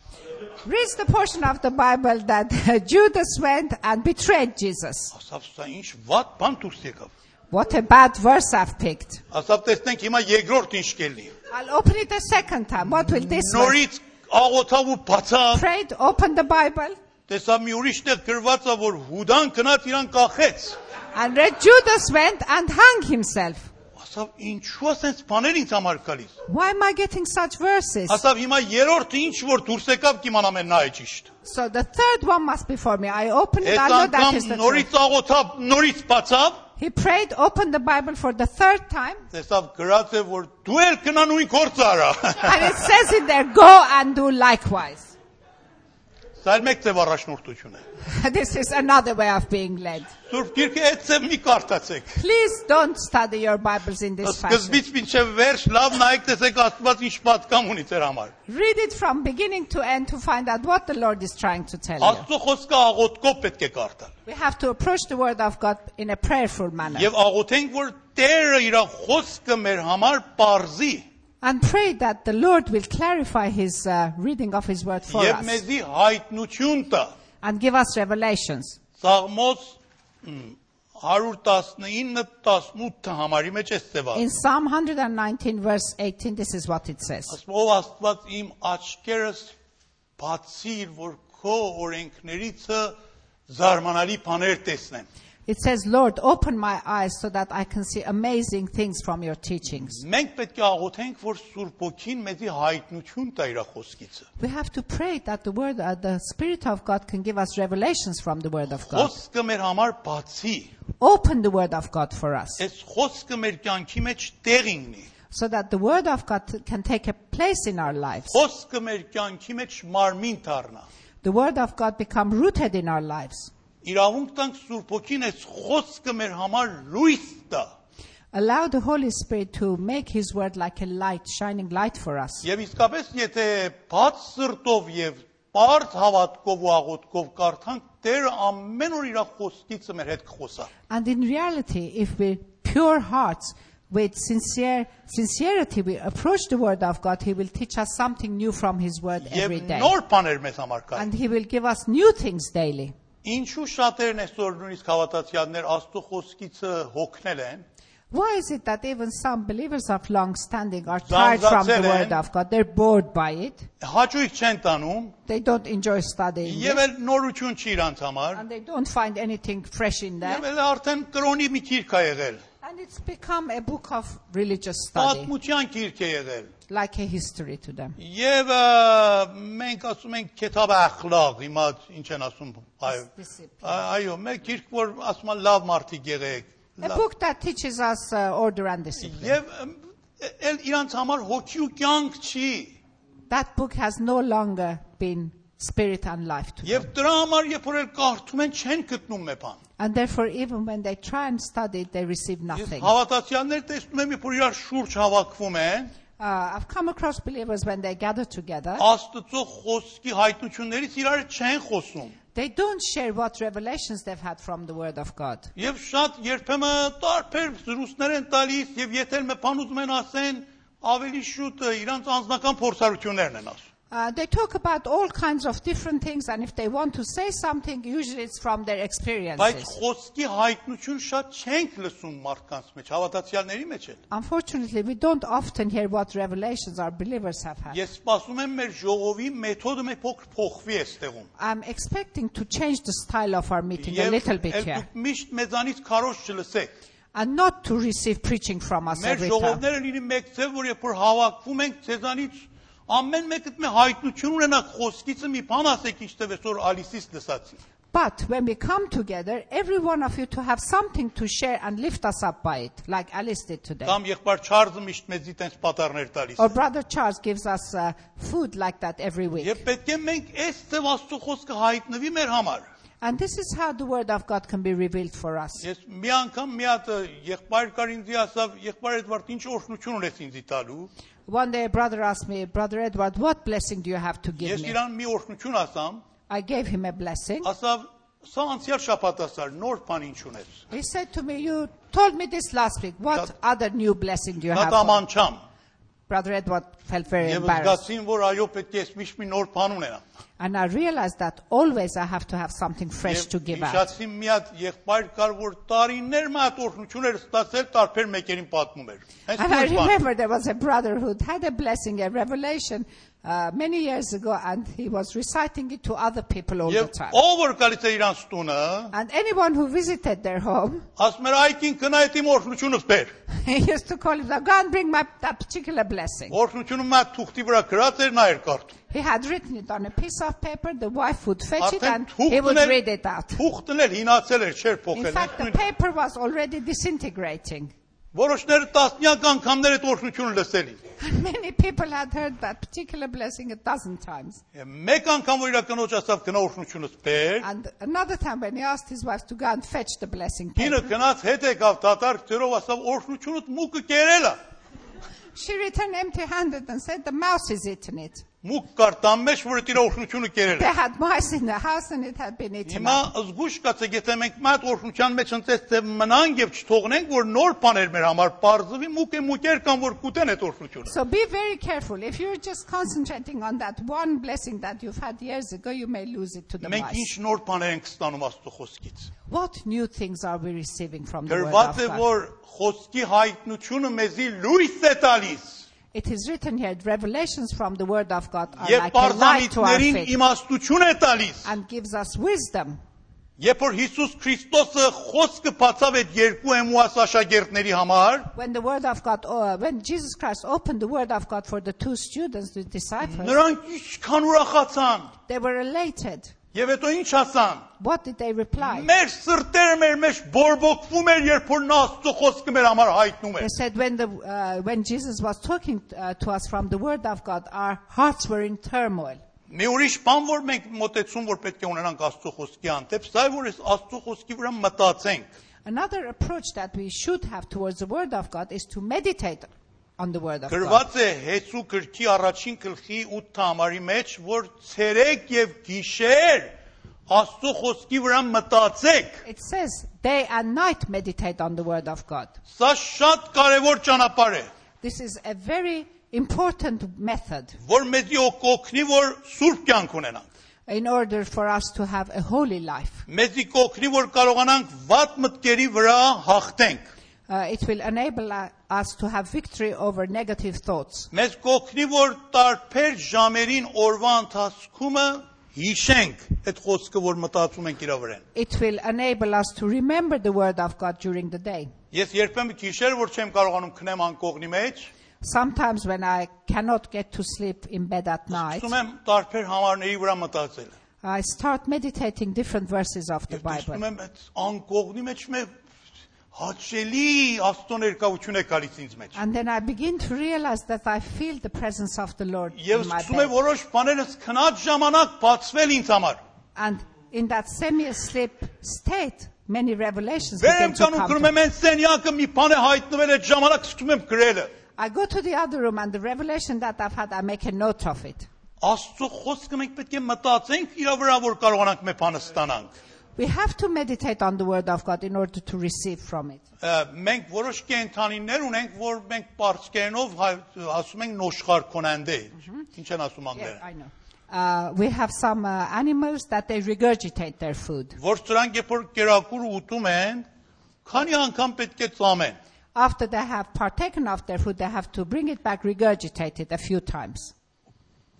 Speaker 2: Reads the portion of the Bible that <laughs> Judas went and betrayed Jesus.
Speaker 1: Ասավ սա ինչ վատ բան դուրս եկավ։
Speaker 2: What a bad verse I've picked.
Speaker 1: Ասավ տեսնենք հիմա երկրորդ ինչ կլինի։
Speaker 2: I'll open it a second time. What will this one?
Speaker 1: Նորից աղոթավ ու բացավ,
Speaker 2: Prayed, opened the Bible
Speaker 1: տեսավ մի ուրիշ տեղ գրված է, որ Հուդան գնաց իրան կախեց։
Speaker 2: and read Judas went and hung himself.
Speaker 1: Ասավ ինչու՞ ասենց բաներ ինձ համար գալիս։
Speaker 2: Why am I getting such verses?
Speaker 1: Ասավ հիմա երրորդը ինչ որ դուրս եկավ կիմանամ են նայ ճիշտ։
Speaker 2: So the third one must be for me. I opened it. I
Speaker 1: Այդ
Speaker 2: know that
Speaker 1: անգամ
Speaker 2: is the truth.
Speaker 1: նորից աղոթավ, նորից բացավ,
Speaker 2: He prayed, opened the Bible for the third time,
Speaker 1: տեսավ գրած է որ դու ել կնա նույն գործը արա։
Speaker 2: and it says in there, "Go and do likewise." <laughs>
Speaker 1: Սա էլ մեկ ձև առաջնորդություն է։
Speaker 2: This is another way of being led.
Speaker 1: Սուրբ Գիրքը այդ ձև մի կարդացեք։
Speaker 2: Please don't study your Bibles in this fashion.
Speaker 1: Սկզբից մինչև վերջ լավ նայեք տեսեք Աստված ինչ պատկան ունի ձեր համար։
Speaker 2: Read it from beginning to end to find out what the Lord is trying to tell you.
Speaker 1: Աստծո խոսքը աղոթքով պետք է կարդալ։
Speaker 2: We have to approach the Word of God in a prayerful manner
Speaker 1: Եվ աղոթենք որ Տերը իր խոսքը մեր համար parzի
Speaker 2: and pray that the Lord will clarify His uh, reading of His Word for
Speaker 1: եւ
Speaker 2: us
Speaker 1: մեզի հայտնություն տա։
Speaker 2: and give us revelations.
Speaker 1: Սաղմոս 119:18 համարի մեջ է ծեվա։
Speaker 2: In Psalm 119, verse 18, this is what it says.
Speaker 1: Ասում ով Աստված իմ աչքերս բացիր, որ քո օրենքներիցը զարմանալի բաներ տեսնեմ։
Speaker 2: It says, Lord, open my eyes so that I can see amazing things from your teachings.
Speaker 1: Մենք պետք է աղոթենք, որ Սուրբ Օքին մեզի հայտնություն տա իր խոսքիցը։
Speaker 2: We have to pray that the word, uh, the Spirit of God can give us revelations from the word of God.
Speaker 1: Խոսքը մեր համար բացի,
Speaker 2: Open the word of God for us
Speaker 1: այս խոսքը մեր կյանքի մեջ տեղ ինգնի։
Speaker 2: so that the word of God can take a place in our lives.
Speaker 1: Խոսքը մեր կյանքի մեջ մարմին դառնա։
Speaker 2: The word of God become rooted in our lives.
Speaker 1: Իրավունք տանք Սուրբ Օքին այս խոսքը մեր համար լույս տա։
Speaker 2: Allow the Holy Spirit to make his word like a light, shining light for us.
Speaker 1: Եվ իսկապես եթե բաց սրտով եւ բարդ հավատքով ու աղոթքով կարդանք, Տերը ամեն օր իր խոսքից մեր հետ կխոսա։
Speaker 2: And in reality, if we pure hearts, with sincere sincerity, we approach the Word of God, He will teach us something new from His Word
Speaker 1: Եվ
Speaker 2: every day,
Speaker 1: նոր բաներ մեզ համար կա։
Speaker 2: and He will give us new things daily.
Speaker 1: Ինչու շատերն այսօր նույնիսկ հավատացյալներ Աստծո խոսքիցը հոգնել են,
Speaker 2: Why is it that even some believers of long standing are tired from the
Speaker 1: Zanzatselen.
Speaker 2: Word of God? They're bored by it.
Speaker 1: հաճույք չեն տանում,
Speaker 2: They don't enjoy studying it,
Speaker 1: եւ էլ նորություն չի իրանց համար,
Speaker 2: and they don't find anything fresh in
Speaker 1: եւ
Speaker 2: them.
Speaker 1: էլ արդեն կրոնի մի գիրք է եղել,
Speaker 2: And it's become a book of religious study,
Speaker 1: պատմության գիրք է եղել։
Speaker 2: like a history to them.
Speaker 1: Եվ ը, մենք ասում ենք քետաբ ախլաղ, հիմա ինչ են ասում, այո։
Speaker 2: Discipline.
Speaker 1: Ա- Այո, մեկ գիրք որ ասում է լավ մարդիկ եղեք։
Speaker 2: A
Speaker 1: լավ-
Speaker 2: book that teaches us uh, order and discipline.
Speaker 1: Եվ ըմ, էլ իրանց համար հոգի ու կյանք չի։
Speaker 2: That book has no longer been spirit and life to them.
Speaker 1: Եվ դրա համար երբ որ էլ կարդում են, չեն գտնում մեփան։
Speaker 2: And therefore, even when they try and study it, they receive
Speaker 1: Ես
Speaker 2: nothing. Uh,
Speaker 1: հավատացյալներ տեսնում եմ, երբ որ իրար շուրջ հավաքվում են,
Speaker 2: Uh, I've come across believers when they gather together,
Speaker 1: Աստծո խոսքի հայտնություններից իրար չեն խոսում։
Speaker 2: they don't share what revelations they've had from the Word of God.
Speaker 1: Եվ շատ երբեմն տարբեր զրույցներ են տալիս եւ եթե էլ մեփան ուզում են ասեն, ավելի շուտ ը, իրանց անձնական փորձարություններն են ասում։
Speaker 2: Uh, they talk about all kinds of different things, and if they want to say something, usually it's from their
Speaker 1: Բայց
Speaker 2: experiences.
Speaker 1: խոսքի հայտնություն շատ չենք լսում մարդկանց մեջ, հավատացյալների մեջ էլ։
Speaker 2: Unfortunately, we don't often hear what revelations our believers have had.
Speaker 1: Ես սպասում եմ մեր ժողովի մեթոդը մի փոքր փոխվի այստեղում։
Speaker 2: I'm expecting to change the style of our meeting a little bit
Speaker 1: էլ
Speaker 2: here
Speaker 1: դուք միշտ մեզանից քարոշ չլսեք։
Speaker 2: and not to receive preaching from us
Speaker 1: Մեր
Speaker 2: every time.
Speaker 1: ժողովները լինի մեկ ձև, որ երբ որ հավաքվում ենք ցեզանից ամեն մեկը մի հայտնություն ունենա խոսքիցը մի բան ասեք ինչտեղ այսօր Ալիսից լսացի։
Speaker 2: But when we come together, every one of you to have something to share and lift us up by it, like Alice did today.
Speaker 1: Կամ եղբայր Չարլզը միշտ մեզի տենց պատառներ տալիս։
Speaker 2: Or
Speaker 1: է։
Speaker 2: Brother Charles gives us uh, food like that every week.
Speaker 1: Եվ պետք է մենք այս ձև Աստծո խոսքը հայտնվի մեր համար։
Speaker 2: And this is how the Word of God can be revealed for us.
Speaker 1: Ես մի անգամ մի հատ եղբայր կար ինձի ասավ, եղբայր Էդվարդ, ինչ օրհնություն ունես ինձի տալու։
Speaker 2: One day a brother asked me, Brother Edward, what blessing do you have to give
Speaker 1: Ես
Speaker 2: me?
Speaker 1: իրան մի օրհնություն ասամ,
Speaker 2: I gave him a blessing.
Speaker 1: ասավ, սա անցյալ շաբաթ ասար, նոր բան ինչ ունես։
Speaker 2: He said to me, You told me this last week. What
Speaker 1: That-
Speaker 2: other new blessing do you
Speaker 1: Դա
Speaker 2: have? for me?"
Speaker 1: տամանչամ։
Speaker 2: Brother Edward felt very
Speaker 1: Եվ
Speaker 2: embarrassed.
Speaker 1: զգացին, որ այո, պետք է ես միշտ մի նոր բան ունենամ։
Speaker 2: And I realized that always I have to have something fresh to give out.
Speaker 1: հիշացին մի հատ եղբայր կար, որ տարիներ մա հատ օրհնություն էր ստացել, տարբեր մեկերին պատմում էր։ Հենց
Speaker 2: And I
Speaker 1: նույն բանը։
Speaker 2: remember there was a brother who had a blessing, a revelation, uh, many years ago, and he was reciting it to other people all the
Speaker 1: Եվ
Speaker 2: time.
Speaker 1: ով որ գալիս է իրանց տունը,
Speaker 2: And anyone who visited their home,
Speaker 1: ասում էր այքին կնայտի օրհնությունը բեր։
Speaker 2: he used to call him, "Now go and bring my that particular
Speaker 1: Oh.
Speaker 2: blessing.
Speaker 1: Օրհնությունը մա թուղթի վրա գրած էր նա էր կարդում։
Speaker 2: He had written it on a piece of paper, the wife would fetch it,
Speaker 1: Արդեն
Speaker 2: and he would
Speaker 1: թուղթն էր
Speaker 2: read it out.
Speaker 1: Թուղթն էր հինացել էր, չէր
Speaker 2: In
Speaker 1: փոխել։
Speaker 2: fact, the
Speaker 1: Նույն-
Speaker 2: paper was already disintegrating. <laughs>
Speaker 1: Որոշները տասնյակ անգամներ այդ օրհնությունը լսելի։
Speaker 2: And many people had heard that particular blessing a dozen times.
Speaker 1: Եվ Մեկ անգամ որ իր կնոջ ասավ գնա օրհնությունս բեր,
Speaker 2: And another time, when he asked his wife to go and fetch the blessing paper,
Speaker 1: ինը գնաց հետ եկավ դատարկ ծերով ասավ օրհնությունդ մուկը կերելա։
Speaker 2: She returned empty handed and said, The mouse is eating it.
Speaker 1: Մուկ կար տան մեջ, որ իր օրհնությունը կերել
Speaker 2: They
Speaker 1: է։
Speaker 2: had mice in the house and it had been eaten.
Speaker 1: Հիմա
Speaker 2: up.
Speaker 1: զգուշ կացեք, եթե մենք մատ օրհնության մեջ ընծես թե մնանք եւ չթողնենք, որ նոր բաներ մեր համար բարձվի, մուկը մուկեր կամ որ կուտեն այդ օրհնությունը։
Speaker 2: So be very careful. If you're just concentrating on that one blessing that you've had years ago, you may lose it to the
Speaker 1: Մենք ինչ
Speaker 2: mice.
Speaker 1: նոր բաներ ենք ստանում Աստծո խոսքից։
Speaker 2: What new things are we receiving from the Word of
Speaker 1: Գրված է
Speaker 2: God?
Speaker 1: որ խոսքի հայտնությունը մեզի լույս է տալիս
Speaker 2: It is written here, revelations from the Word of God are
Speaker 1: եւ
Speaker 2: like a light to our
Speaker 1: բարձանիցներին
Speaker 2: faith
Speaker 1: իմաստություն է տալիս։
Speaker 2: and gives us wisdom.
Speaker 1: Երբ որ Հիսուս Քրիստոսը խոսքը բացավ այդ երկու Էմուաս աշակերտների համար,
Speaker 2: When the Word of God, uh, when Jesus Christ opened the Word of God for the two students, the disciples,
Speaker 1: նրանք ինչքան ուրախացան։
Speaker 2: they were elated.
Speaker 1: Եվ հետո ինչ ասան։
Speaker 2: What did they reply?
Speaker 1: Մեր սրտերը մեր մեջ բորբոքվում էր, երբ որ նա Աստծո խոսքը մեր համար հայտնում
Speaker 2: They
Speaker 1: էր։
Speaker 2: said when, the, uh, when Jesus was talking uh, to us from the Word of God, our hearts were in turmoil.
Speaker 1: Մի ուրիշ բան որ մենք մտածում որ պետք է ունենանք Աստծո խոսքի հանդեպ, սա է որ այս Աստծո խոսքի վրա մտածենք։
Speaker 2: Another approach that we should have towards the Word of God is to meditate on the Word of God.
Speaker 1: Գրված է Հեսու գրքի առաջին գլխի 8 համարի մեջ, որ ցերեկ եւ գիշեր Աստծո խոսքի վրա մտածեք։
Speaker 2: It says, day and night meditate on the Word of God.
Speaker 1: Սա շատ կարեւոր ճանապարհ է,
Speaker 2: This is a very important method
Speaker 1: որ մեզ կօգնի, որ սուրբ կյանք ունենանք։
Speaker 2: in order for us to have a holy life.
Speaker 1: Մեզ կօգնի, որ կարողանանք վատ մտքերի վրա հաղթենք։
Speaker 2: Uh, it will enable uh, us to have victory over negative thoughts.
Speaker 1: Մեզ կօգնի, որ տարբեր ժամերին օրվա ընթացքումը հիշենք այդ խոսքը, որ մտածում ենք իր վրան։
Speaker 2: It will enable us to remember the Word of God during the day.
Speaker 1: Ես երբեմն գիշեր, որ չեմ կարողանում քնեմ անկողնի մեջ,
Speaker 2: Sometimes when I cannot get to sleep in bed at night,
Speaker 1: Ստում եմ տարբեր համարների վրա մտածել։
Speaker 2: I start meditating different verses of the
Speaker 1: Եվ տեսնում
Speaker 2: Bible.
Speaker 1: եմ այդ անկողնի մեջ մե հաճելի աստծո ներկայություն է գալիս ինձ մեջ։
Speaker 2: And then I begin to realize that I feel the presence of the Lord
Speaker 1: Եվ
Speaker 2: in my
Speaker 1: սկսում եմ
Speaker 2: bed.
Speaker 1: որոշ բաներս քնած ժամանակ բացվել ինձ համար։
Speaker 2: And in that semi-sleep state, many revelations
Speaker 1: Վեր
Speaker 2: begin
Speaker 1: եմ
Speaker 2: to
Speaker 1: կանում
Speaker 2: come.
Speaker 1: գրում
Speaker 2: to me.
Speaker 1: եմ այն սենյակը մի բան է հայտնվել այդ ժամանակ սկսում եմ գրելը։
Speaker 2: I go to the other room and the revelation that I've had, I make a note of it.
Speaker 1: Աստծո խոսքը մենք պետք է մտածենք իր վրա, որ կարողանանք մեր բանը ստանանք։
Speaker 2: We have to meditate on the Word of God in order to receive from it.
Speaker 1: Ա, Մենք որոշ կենթանիներ ունենք, որ մենք պարսկերնով հա- ասում ենք նոշխար կոնանդե։
Speaker 2: Hmm?
Speaker 1: Ինչ են ասում
Speaker 2: Yeah,
Speaker 1: անգլերեն։
Speaker 2: I know. Uh, we have some uh, animals that they regurgitate their food.
Speaker 1: Որ սրանք երբ որ կերակուր ուտում են, քանի անգամ պետք է ծամեն։
Speaker 2: After they have partaken of their food, they have to bring it back, regurgitate it a few times.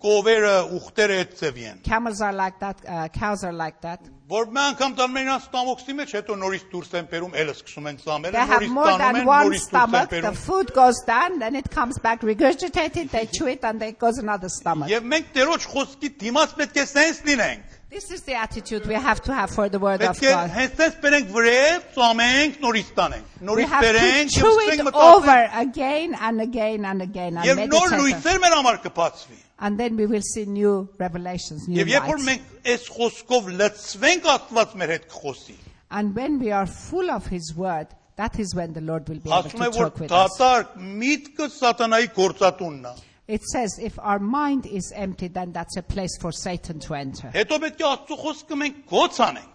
Speaker 1: Կովերը, ուխտերը այդ ծևի են։
Speaker 2: Camels are like that, uh, cows are like that.
Speaker 1: Որ մի անգամ տանում են իրաց ստամոքսի մեջ, հետո նորից դուրս են բերում, ելս սկսում են ծամել,
Speaker 2: They have
Speaker 1: նորից
Speaker 2: more
Speaker 1: տանում
Speaker 2: than
Speaker 1: են,
Speaker 2: one
Speaker 1: նորից դուրս են
Speaker 2: stomach. The
Speaker 1: բերում։
Speaker 2: food goes down, then it comes back regurgitated, <laughs> they chew it, and it goes another stomach.
Speaker 1: Եվ մենք Տերոջ խոսքի դիմաց պետք է սենս լինենք։
Speaker 2: This is the attitude we have to have for the Word of
Speaker 1: Պետք է
Speaker 2: God.
Speaker 1: հենց այս բերենք վրեվ, ծամենք, նորից տանենք,
Speaker 2: We
Speaker 1: նորից
Speaker 2: have to
Speaker 1: բերենք,
Speaker 2: chew it
Speaker 1: մտածենք,
Speaker 2: over again and again and again and
Speaker 1: եւ նոր
Speaker 2: meditate.
Speaker 1: լույսեր մեր համար կբացվի։
Speaker 2: And then we will see new revelations, new
Speaker 1: Եվ երբ որ
Speaker 2: lights.
Speaker 1: մենք այս խոսքով լծվենք, Աստված մեր հետ կխոսի։
Speaker 2: And when we are full of His Word, that is when the Lord will be able
Speaker 1: Ասում է,
Speaker 2: to
Speaker 1: որ
Speaker 2: talk with us.
Speaker 1: դատարկ միտքը սատանայի գործատունն է։
Speaker 2: It says, if our mind is empty, then that's a place for Satan to enter.
Speaker 1: Հետո պետք է Աստծո խոսքը մենք գոց անենք։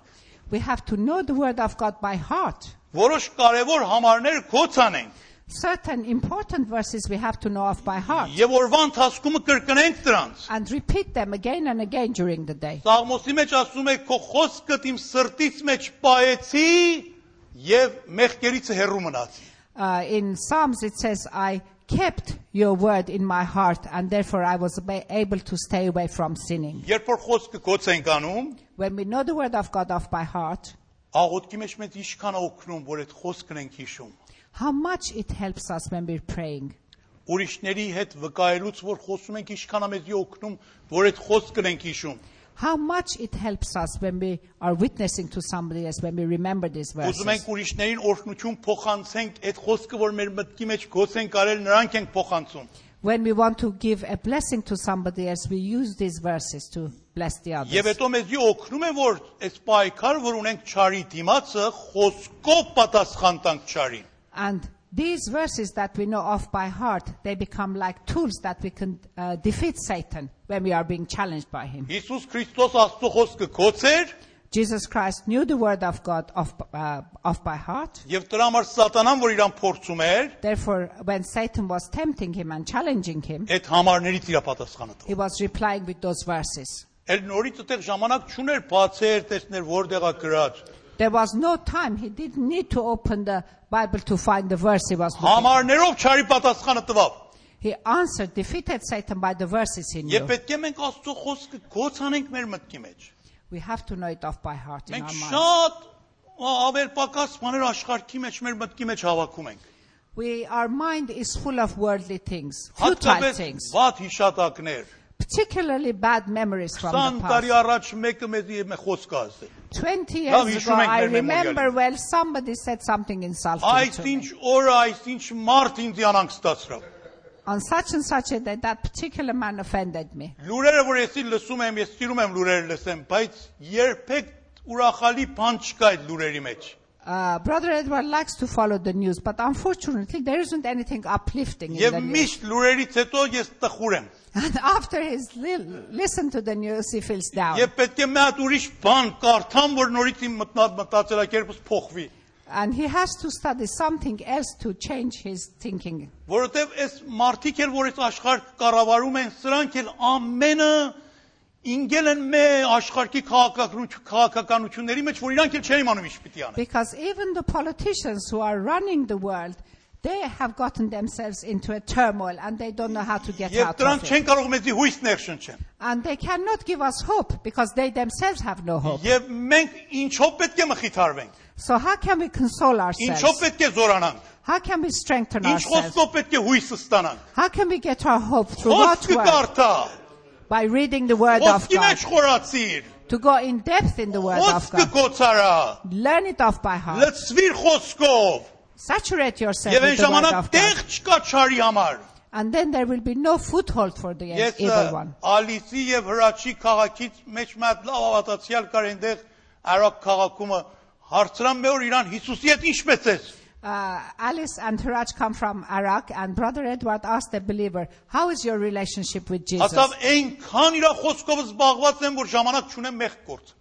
Speaker 2: We have to know the Word of God by heart.
Speaker 1: Որոշ կարևոր համարներ գոց անենք
Speaker 2: Certain important verses we have to know of by heart
Speaker 1: եւ օրվա ընթացքում կրկնենք դրանց։
Speaker 2: and repeat them again and again during the day.
Speaker 1: Սաղմոսի մեջ ասում է քո խոսքդ իմ սրտից մեջ պայեցի եւ մեղքերից հեռու մնացի։
Speaker 2: Uh, in Psalms, it says, I kept your word in my heart, and therefore I was ab- able to stay away from sinning.
Speaker 1: Երբ որ խոսքը գոց ենք անում,
Speaker 2: When we know the word of God off by heart,
Speaker 1: աղոթքի մեջ մեզ ինչքան է օգնում, որ այդ խոսքն ենք հիշում։
Speaker 2: how much it helps us when we're praying.
Speaker 1: Ուրիշների հետ վկայելուց, որ խոսում ենք, ինչքան է մեզի օգնում, որ այդ խոսքն ենք հիշում։
Speaker 2: How much it helps us when we are witnessing to somebody else, when we remember these
Speaker 1: Ուզում
Speaker 2: verses.
Speaker 1: ենք ուրիշներին օրհնություն փոխանցենք, այդ խոսքը, որ մեր մտքի մեջ գոց ենք արել, նրանք ենք փոխանցում։
Speaker 2: When we want to give a blessing to somebody else, we use these verses to bless the others.
Speaker 1: Եվ հետո մեզի օգնում է, որ այս պայքար, որ ունենք ճարի դիմացը, խոսքով պատասխան տանք ճարին։
Speaker 2: And these verses that we know off by heart, they become like tools that we can uh, defeat Satan when we are being challenged by him.
Speaker 1: Հիսուս Քրիստոս Աստծո խոսքը գոց էր
Speaker 2: Jesus Christ knew the word of God off, uh, off by heart.
Speaker 1: եւ դրա համար սատանան, որ իրան փորձում էր,
Speaker 2: Therefore, when Satan was tempting him and challenging him,
Speaker 1: այդ համարներից իր պատասխանը տվեց։
Speaker 2: he was replying with those verses.
Speaker 1: Էլ նորից այդտեղ ժամանակ չուներ բացեր, տեսներ որտեղ է գրած։
Speaker 2: There was no time. He didn't need to open the Bible to find the verse he was looking for.
Speaker 1: Համարներով ճարի պատասխանը տվավ։
Speaker 2: He answered, defeated Satan by the verses he
Speaker 1: Եվ
Speaker 2: knew.
Speaker 1: պետք է մենք Աստծո խոսքը գոց անենք մեր մտքի մեջ։
Speaker 2: We have to know it off by heart in
Speaker 1: Մենք
Speaker 2: our mind.
Speaker 1: շատ ա, ավերպակաս բաներ աշխարհքի մեջ մեր մտքի մեջ հավաքում ենք։
Speaker 2: We, our mind is full of worldly things, futile
Speaker 1: Հատկապես
Speaker 2: things,
Speaker 1: ված հիշատակներ։
Speaker 2: particularly bad memories from
Speaker 1: 20
Speaker 2: the
Speaker 1: տարի
Speaker 2: past.
Speaker 1: առաջ մեկը մեզի մեր խոսքը ասել։
Speaker 2: 20
Speaker 1: Լավ,
Speaker 2: years ago,
Speaker 1: հիշում ենք
Speaker 2: I
Speaker 1: մեր
Speaker 2: remember
Speaker 1: մեմորիալը։
Speaker 2: well somebody said something insulting
Speaker 1: Այս
Speaker 2: to
Speaker 1: ինչ
Speaker 2: me.
Speaker 1: օրը, այս ինչ մարդ ինձ անանք ստացրավ։
Speaker 2: On such and such a day, that particular man offended me.
Speaker 1: Լուրերը, որ եսի լսում եմ, ես սիրում եմ լուրերը լսեմ, բայց երբեք ուրախալի բան չկա այդ լուրերի մեջ։
Speaker 2: Uh, Brother Edward likes to follow the news, but unfortunately, there isn't anything uplifting in
Speaker 1: Եվ
Speaker 2: the news. <laughs>
Speaker 1: միշտ լուրերից հետո ես տխուր եմ։
Speaker 2: And after he's li- listened to the news, he feels down.
Speaker 1: Եվ պետք է մի հատ ուրիշ բան կարդամ, որ նորից իմ մտնած մտածելակերպս փոխվի,
Speaker 2: And he has to study something else to change his thinking.
Speaker 1: որովհետև այս մարդիկ էլ, որ այս աշխարհ կառավարում են, սրանք էլ ամենը ինգել են մե աշխարհի քաղաքականություն քաղաքականությունների մեջ, որ իրանք էլ չեն իմանում ինչ պիտի անեն։
Speaker 2: Because even the politicians who are running the world, they have gotten themselves into a turmoil and they don't know how to get
Speaker 1: Եվ
Speaker 2: out of
Speaker 1: դրանք
Speaker 2: it.
Speaker 1: չեն կարող մեզի հույս ներշնչեն։
Speaker 2: And they cannot give us hope because they themselves have no hope.
Speaker 1: Եվ մենք ինչով պետք է մխիթարվենք։
Speaker 2: So how can we console
Speaker 1: Ինչով
Speaker 2: ourselves?
Speaker 1: պետք է զորանանք։
Speaker 2: How can we strengthen
Speaker 1: Ինչ
Speaker 2: ourselves?
Speaker 1: խոսքով պետք է հույս ստանանք։
Speaker 2: How can we get our hope through what
Speaker 1: Խոսքը
Speaker 2: word?
Speaker 1: կարդա։
Speaker 2: By reading the word of
Speaker 1: Խոսքի
Speaker 2: God.
Speaker 1: մեջ խորացիր։
Speaker 2: To go in depth in the word of
Speaker 1: Խոսքը
Speaker 2: God.
Speaker 1: կոչարա։
Speaker 2: Learn it off by heart.
Speaker 1: Լցվիր խոսքով։
Speaker 2: Saturate yourself
Speaker 1: Եվ
Speaker 2: with
Speaker 1: այն
Speaker 2: the word
Speaker 1: ժամանակ
Speaker 2: of God.
Speaker 1: տեղ չկա ճարի համար։
Speaker 2: And then there will be no foothold for the
Speaker 1: Ես
Speaker 2: evil one.
Speaker 1: Ալիսի եւ Հրաչի քաղաքից մեջ մատ լավ ավատացիալ կար այնտեղ Արաք քաղաքումը հարցրան մեր իրան Հիսուսի հետ ինչպես էս։
Speaker 2: Uh, Alice and Hiraj come from Iraq, and Brother Edward asked the believer, How is your relationship with Jesus?
Speaker 1: Ասավ այնքան իր խոսքով զբաղված եմ որ ժամանակ չունեմ մեղք գործ։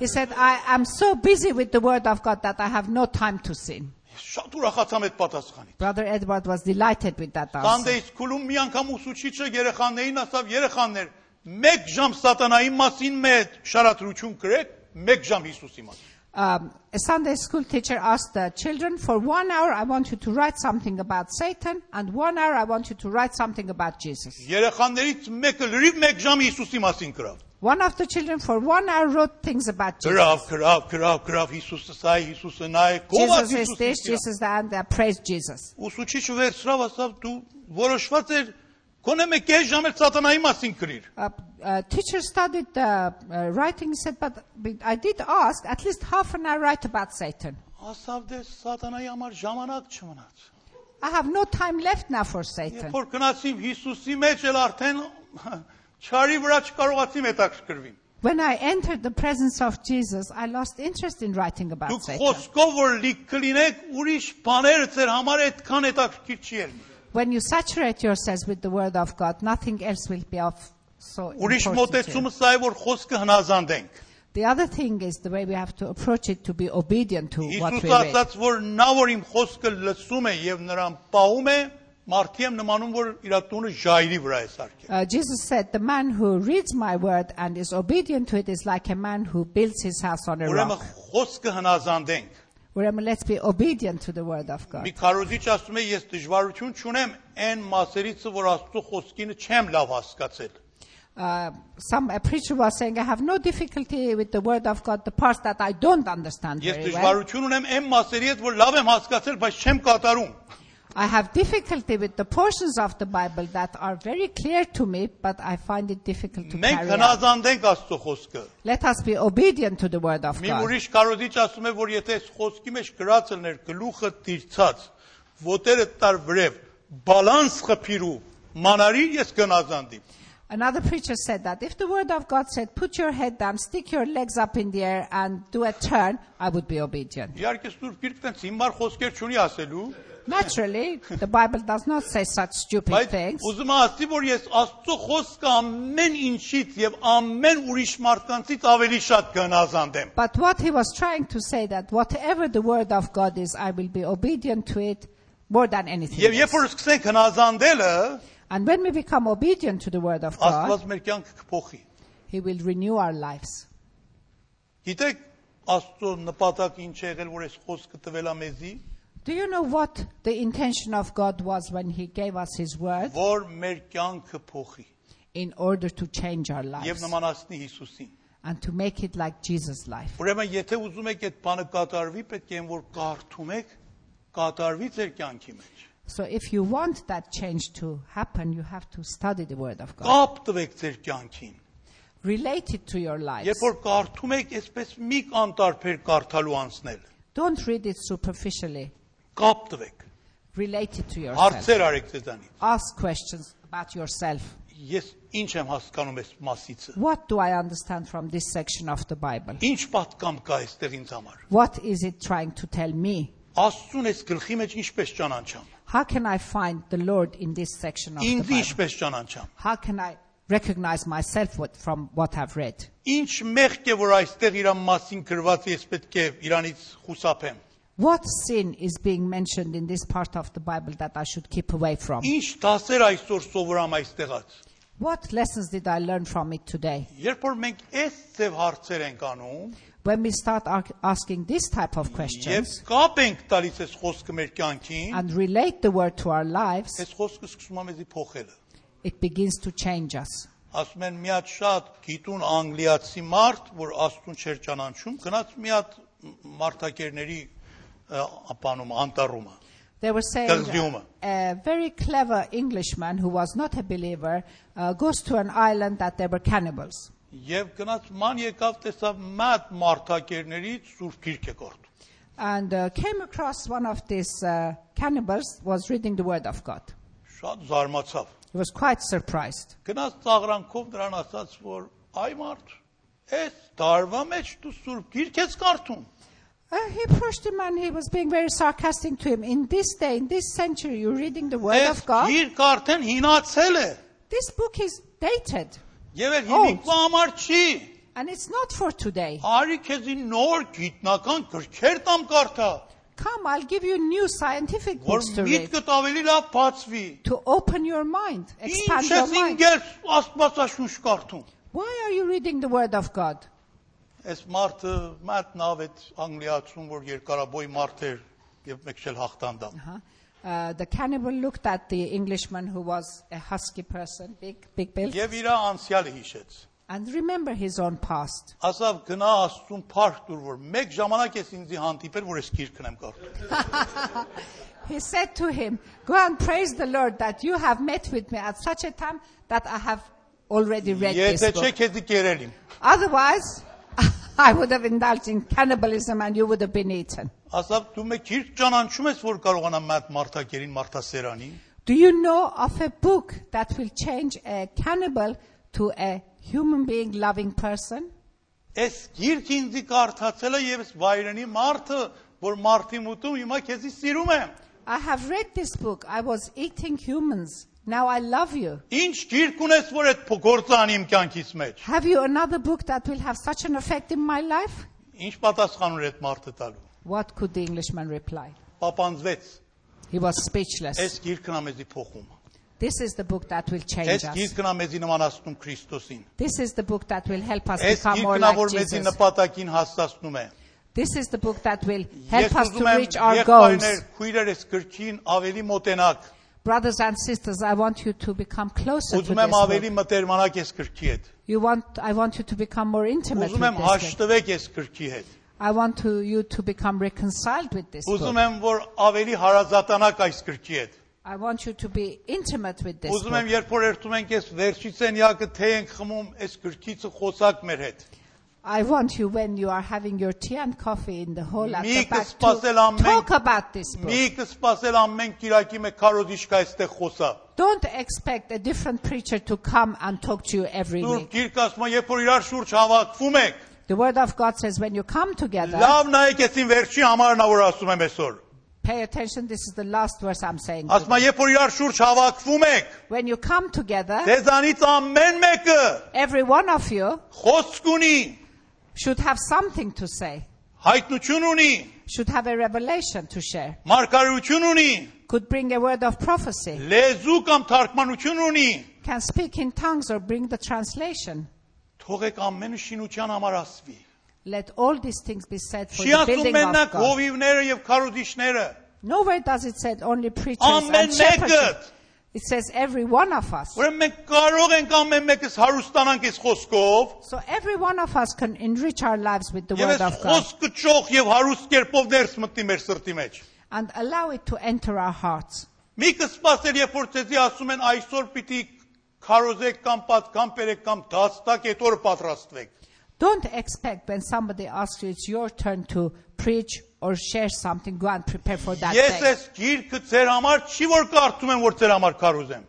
Speaker 2: He said, I am so busy with the word of God that I have no time to sin.
Speaker 1: Շատ ուրախացամ այդ պատասխանից։
Speaker 2: Brother Edward was delighted with that answer.
Speaker 1: Սանդեյս քուլում մի անգամ ուսուցիչը երեխաներին ասավ. երեխաներ, մեկ ժամ սատանայի մասին մեծ շարադրություն գրեք, մեկ ժամ Հիսուսի մասին։
Speaker 2: Um, a Sunday school teacher asked the children, for one hour I want you to write something about Satan, and one hour I want you to write something about Jesus.
Speaker 1: Երեխաներից մեկը լրիվ մեկ ժամ Հիսուսի մասին գրավ։
Speaker 2: One of the children for one hour wrote things about Jesus.
Speaker 1: Գրավ, գրավ, գրավ, գրավ Հիսուսը սա է, Հիսուսը նա է, կողած
Speaker 2: Jesus is this,
Speaker 1: Հիսուսը։
Speaker 2: Jesus that, and they praised Jesus.
Speaker 1: Ուսուցիչը վերցրավ ասավ դու որոշված էր գոնե մեկ կես ժամ էլ սատանայի մասին գրիր։
Speaker 2: Uh, uh, teacher studied the uh, writing, he said, but but I did ask, at least half an hour write about Satan.
Speaker 1: Ասավ դե սատանայի համար ժամանակ չմնաց։
Speaker 2: I have no time left now for Satan.
Speaker 1: Երբ որ գնացիմ Հիսուսի մեջ էլ արդեն <laughs> չարի վրա չկարողացիմ հետաքրքրվիմ։
Speaker 2: When I entered the presence of Jesus, I lost interest in writing about
Speaker 1: Դուք
Speaker 2: Satan.
Speaker 1: խոսքով որ լիք կլինեք, ուրիշ բաները ձեր համար այդքան հետաքրքիր չի ելնի։
Speaker 2: When you saturate yourselves with the word of God, nothing else will be of so
Speaker 1: Ուրիշ
Speaker 2: important to you.
Speaker 1: մտածումը սա է որ խոսքը հնազանդենք։
Speaker 2: The other thing is the way we have to approach it to be obedient to what we
Speaker 1: Հիսուս
Speaker 2: read.
Speaker 1: ասաց, որ նա որ իմ խոսքը լսում է եւ նրան պահում է, մարդի եմ նմանում, որ իր տունը ժայռի վրա է սարքել։
Speaker 2: Uh, Jesus said, the man who reads my word and is obedient to it is like a man who builds his house on a
Speaker 1: Ուրեմն
Speaker 2: rock.
Speaker 1: խոսքը հնազանդենք։
Speaker 2: Ուրեմն, let's be obedient to the word of God.
Speaker 1: Մի քարոզիչ ասում է, ես դժվարություն չունեմ այն մասերից, որ Աստծո խոսքինը չեմ լավ հասկացել։
Speaker 2: Uh, some a preacher was saying, I have no difficulty with the word of God, the parts that I don't understand
Speaker 1: Ես
Speaker 2: very well.
Speaker 1: դժվարություն ունեմ այն մասերի հետ, որ լավ եմ հասկացել, բայց չեմ կատարում։
Speaker 2: I have difficulty with the portions of the Bible that are very clear to me, but I find it difficult to
Speaker 1: Մենք
Speaker 2: carry out.
Speaker 1: հնազանդենք Աստծո խոսքը։
Speaker 2: Let us be obedient to the word of
Speaker 1: Մի
Speaker 2: God.
Speaker 1: ուրիշ քարոզիչ ասում է, որ եթե այս խոսքի մեջ գրած լներ գլուխը տիրցած, ոտերը տար վրև, բալանս խփիրու, մանարի ես կնազանդի։
Speaker 2: Another preacher said that if the word of God said, put your head down, stick your legs up in the air and do a turn, I would be obedient.
Speaker 1: Իհարկե Սուրբ Գիրքը տենց հիմար խոսքեր չունի ասելու,
Speaker 2: Naturally, the Bible does not say such stupid
Speaker 1: բայց
Speaker 2: things.
Speaker 1: ուզում եմ ասի, որ ես Աստծո խոսքը ամեն ինչից եւ ամեն ուրիշ մարդկանցից ավելի շատ կնազանդեմ։
Speaker 2: But what he was trying to say that whatever the word of God is, I will be obedient to it more than anything.
Speaker 1: Եվ երբ
Speaker 2: else.
Speaker 1: որ սկսենք հնազանդելը,
Speaker 2: And when we become obedient to the word
Speaker 1: Uh,
Speaker 2: of God,
Speaker 1: Աստված մեր կյանքը կփոխի։
Speaker 2: he will renew our lives.
Speaker 1: Գիտեք, Աստծո նպատակը ինչ է եղել, որ այս խոսքը տվել է մեզի։
Speaker 2: Do you know what the intention of God was when he gave us his word?
Speaker 1: որ մեր կյանքը փոխի
Speaker 2: In order to change our
Speaker 1: եւ
Speaker 2: lives
Speaker 1: նմանացնի Հիսուսին։
Speaker 2: and to make it like Jesus' life.
Speaker 1: Ուրեմն եթե ուզում եք այդ բանը կատարվի, պետք է այն որ կարդում եք, կատարվի ձեր կյանքի մեջ։
Speaker 2: So if you want that change to happen, you have to study the Word of God.
Speaker 1: Կապ տվեք ձեր կյանքին։
Speaker 2: Relate it to your life.
Speaker 1: Երբ որ կարդում եք, այսպես մի կանտարբեր կարդալու անցնել։
Speaker 2: Don't read it superficially.
Speaker 1: Կապ տվեք։
Speaker 2: Relate it to yourself.
Speaker 1: Հարցեր արեք ձեզանից։
Speaker 2: Ask questions about yourself.
Speaker 1: Ես ինչ եմ հասկանում այս մասիցը։
Speaker 2: What do I understand from this section of the Bible?
Speaker 1: Ինչ պատկամ կա այստեղ ինձ համար։
Speaker 2: What is it trying to tell me?
Speaker 1: Աստծուն այս գլխի մեջ ինչպես ճանաչամ։
Speaker 2: How can I find the Lord in this section of the
Speaker 1: Ինձ
Speaker 2: Bible?
Speaker 1: ինչպես ճանաչամ։
Speaker 2: How can I recognize myself what, from what I've read?
Speaker 1: Ինչ մեղք է որ այստեղ իր մասին գրված է, ես պետք է իրանից խուսափեմ։
Speaker 2: What sin is being mentioned in this part of the Bible that I should keep away from?
Speaker 1: Ինչ դասեր այսօր սովորամ այստեղած։
Speaker 2: What lessons did I learn from it today?
Speaker 1: Երբ որ մենք այս ձև հարցեր ենք անում,
Speaker 2: When we start ar- asking this type of
Speaker 1: եւ
Speaker 2: questions
Speaker 1: կապ ենք տալիս այս խոսքը մեր կյանքին,
Speaker 2: and relate the word to our lives,
Speaker 1: այս խոսքը սկսում է մեզի փոխելը։
Speaker 2: it begins to change us.
Speaker 1: Ասում են մի հատ շատ գիտուն անգլիացի մարդ, որ աստուն չեր ճանաչում, գնաց մի հատ մարտակերների ապանում անտառումը։
Speaker 2: They were saying
Speaker 1: Consumer.
Speaker 2: a very clever Englishman who was not a believer uh, goes to an island that there were cannibals.
Speaker 1: Եվ գնաց ման եկավ տեսավ մատ մարտակերներից սուրբ գիրք է կորտ։
Speaker 2: And uh, came across one of these uh, cannibals was reading the word of God.
Speaker 1: Շատ զարմացավ։
Speaker 2: He was quite surprised.
Speaker 1: Գնաց ծաղրանքով նրան ասաց, որ այ մարդ, այս դարվա մեջ դու Սուրբ Գիրք ես կարդում։
Speaker 2: Uh, he approached him and he was being very sarcastic to him. In this day, in this century, you're reading the word
Speaker 1: Այս
Speaker 2: of God.
Speaker 1: գիրք արդեն հինացել է։
Speaker 2: This book is dated
Speaker 1: Եվ էլ
Speaker 2: Օ,
Speaker 1: հիմիկվա համար չի։
Speaker 2: and it's not for today.
Speaker 1: Արի քեզի նոր գիտնական գրքեր տամ կարդա։
Speaker 2: Come, I'll give you new scientific
Speaker 1: որ
Speaker 2: books to read.
Speaker 1: միտքդ ավելի լավ բացվի։
Speaker 2: To open your mind, expand
Speaker 1: Ինչ
Speaker 2: your
Speaker 1: ես
Speaker 2: mind.
Speaker 1: ինգեր աստվածաշունչ կարդում։
Speaker 2: Why are you reading the Word of God?
Speaker 1: Այս մարդը մատ նավետ անգլիացում որ երկարաբոյ մարդ էր եւ մեկ շել հաղթանդամ։
Speaker 2: Uh-huh. Uh, the cannibal looked at the Englishman who was a husky person, big, big built,
Speaker 1: Եվ իր անցյալը հիշեց։
Speaker 2: and remember his own past.
Speaker 1: Ասավ գնա Աստծուն փառք դուր որ մեկ ժամանակ ես ինձի հանդիպել որ ես գիրքն եմ կարդում։
Speaker 2: He said to him, Go and praise the Lord that you have met with me at such a time that I have already read
Speaker 1: Եթե
Speaker 2: this
Speaker 1: չէ
Speaker 2: book.
Speaker 1: քեզի կերել իմ։
Speaker 2: Otherwise, <laughs> I would have indulged in cannibalism and you would have been eaten.
Speaker 1: Ասավ դու մեկ գիրք ճանաչում ես որ կարողանամ մատ մարդակերին մարդասերանի։
Speaker 2: Do you know of a book that will change a cannibal to a human being loving person?
Speaker 1: Այս գիրք ինձի կարդացել է եւ ես վայրենի մարդը որ մարդի մտում հիմա քեզի սիրում եմ։
Speaker 2: I have read this book. I was eating humans. Now I love you.
Speaker 1: Ինչ գիրք ունես որ այդ փո- գործը անի իմ կյանքից մեջ։
Speaker 2: Have you another book that will have such an effect in my life?
Speaker 1: Ինչ պատասխան ուր այդ մարդը տալու։
Speaker 2: What could the Englishman reply?
Speaker 1: Պապանձվեց։
Speaker 2: He was speechless.
Speaker 1: Այս գիրքն ամեզի փոխում։
Speaker 2: This is the book that will change
Speaker 1: Այս
Speaker 2: us.
Speaker 1: գիրքն ամեզի նմանացնում Քրիստոսին։
Speaker 2: This is the book that will help us
Speaker 1: Այս
Speaker 2: become more
Speaker 1: գիրքն ա,
Speaker 2: like
Speaker 1: որ մեզի
Speaker 2: Jesus.
Speaker 1: նպատակին հասցնում է։
Speaker 2: This is the book that will help
Speaker 1: Ես
Speaker 2: us to
Speaker 1: ուզում եմ
Speaker 2: reach our goals.
Speaker 1: եղբայրներ, քույրեր այս գրքին ավելի մոտենակ։
Speaker 2: Brothers and sisters, I want you to become closer to
Speaker 1: Ուզում
Speaker 2: this
Speaker 1: եմ
Speaker 2: book.
Speaker 1: ավելի մտերմանաք այս գրքի հետ։
Speaker 2: You want, I want you to become more intimate with
Speaker 1: Ուզում եմ
Speaker 2: this book.
Speaker 1: հաշտվեք այս գրքի հետ։
Speaker 2: I want to, you to become reconciled with this book.
Speaker 1: Ուզում եմ որ ավելի հարազատանաք այս գրքի հետ։
Speaker 2: I want you to be intimate with this
Speaker 1: Ուզում եմ
Speaker 2: book.
Speaker 1: երբ որ երթում ենք այս վերջից ենյակը թե ենք խմում այս գրքիցը խոսակ մեր հետ։
Speaker 2: I want you when you are having your tea and coffee in the hall at
Speaker 1: Մի
Speaker 2: the back to
Speaker 1: կսպասել ամեն-
Speaker 2: talk about this
Speaker 1: Մի
Speaker 2: book.
Speaker 1: կսպասել ամեն կիրակի մեկ քարոզիշկա այստեղ խոսա։
Speaker 2: Don't expect a different preacher to come and talk to you every
Speaker 1: Դուր
Speaker 2: week.
Speaker 1: գիրք ասում է, երբ որ իրար շուրջ հավաքվում եք,
Speaker 2: The Word of God says when you come together,
Speaker 1: լավ նայեք այսին վերջի համարն ա, որ ասում եմ այսօր։
Speaker 2: pay attention, this is the last verse I'm saying.
Speaker 1: Ասում է, երբ որ իրար շուրջ հավաքվում եք,
Speaker 2: When you come together,
Speaker 1: դեզանից ամեն մեկը
Speaker 2: every one of you
Speaker 1: խոսք ունի,
Speaker 2: should have something to say,
Speaker 1: հայտնություն ունի,
Speaker 2: should have a revelation to share,
Speaker 1: մարգարություն ունի,
Speaker 2: could bring a word of prophecy,
Speaker 1: լեզու կամ թարգմանություն ունի։
Speaker 2: can speak in tongues or bring the translation.
Speaker 1: Թողեք ամենը շինության համար ասվի։
Speaker 2: Let all these things be said for
Speaker 1: Չի
Speaker 2: the
Speaker 1: ասում
Speaker 2: building of
Speaker 1: մենակ
Speaker 2: God.
Speaker 1: հովիվները եւ քարոզիչները։
Speaker 2: Nowhere does it say only preachers
Speaker 1: Ամեն
Speaker 2: and
Speaker 1: մեկը։
Speaker 2: shepherds. It says every one of us.
Speaker 1: Ուրեմն մենք կարող ենք ամեն մեկս հարուստանանք այս խոսքով,
Speaker 2: So every one of us can enrich our lives with the
Speaker 1: Եվ
Speaker 2: word
Speaker 1: այս
Speaker 2: of God
Speaker 1: խոսքը ճոխ եւ հարուստ կերպով ներս մտնի մեր սրտի մեջ։
Speaker 2: and allow it to enter our hearts.
Speaker 1: Մի կսպասեր, երբ որ ցեզի ասում են այսօր պիտի քարոզեք կամ պատկան բերեք կամ դաստակ այդ օրը պատրաստվեք։
Speaker 2: Don't expect when somebody asks you it's your turn to preach or share something, go and prepare for that
Speaker 1: Ես
Speaker 2: day.
Speaker 1: այս գիրքը ձեր համար չի որ կարդում եմ, որ ձեր համար քարոզեմ։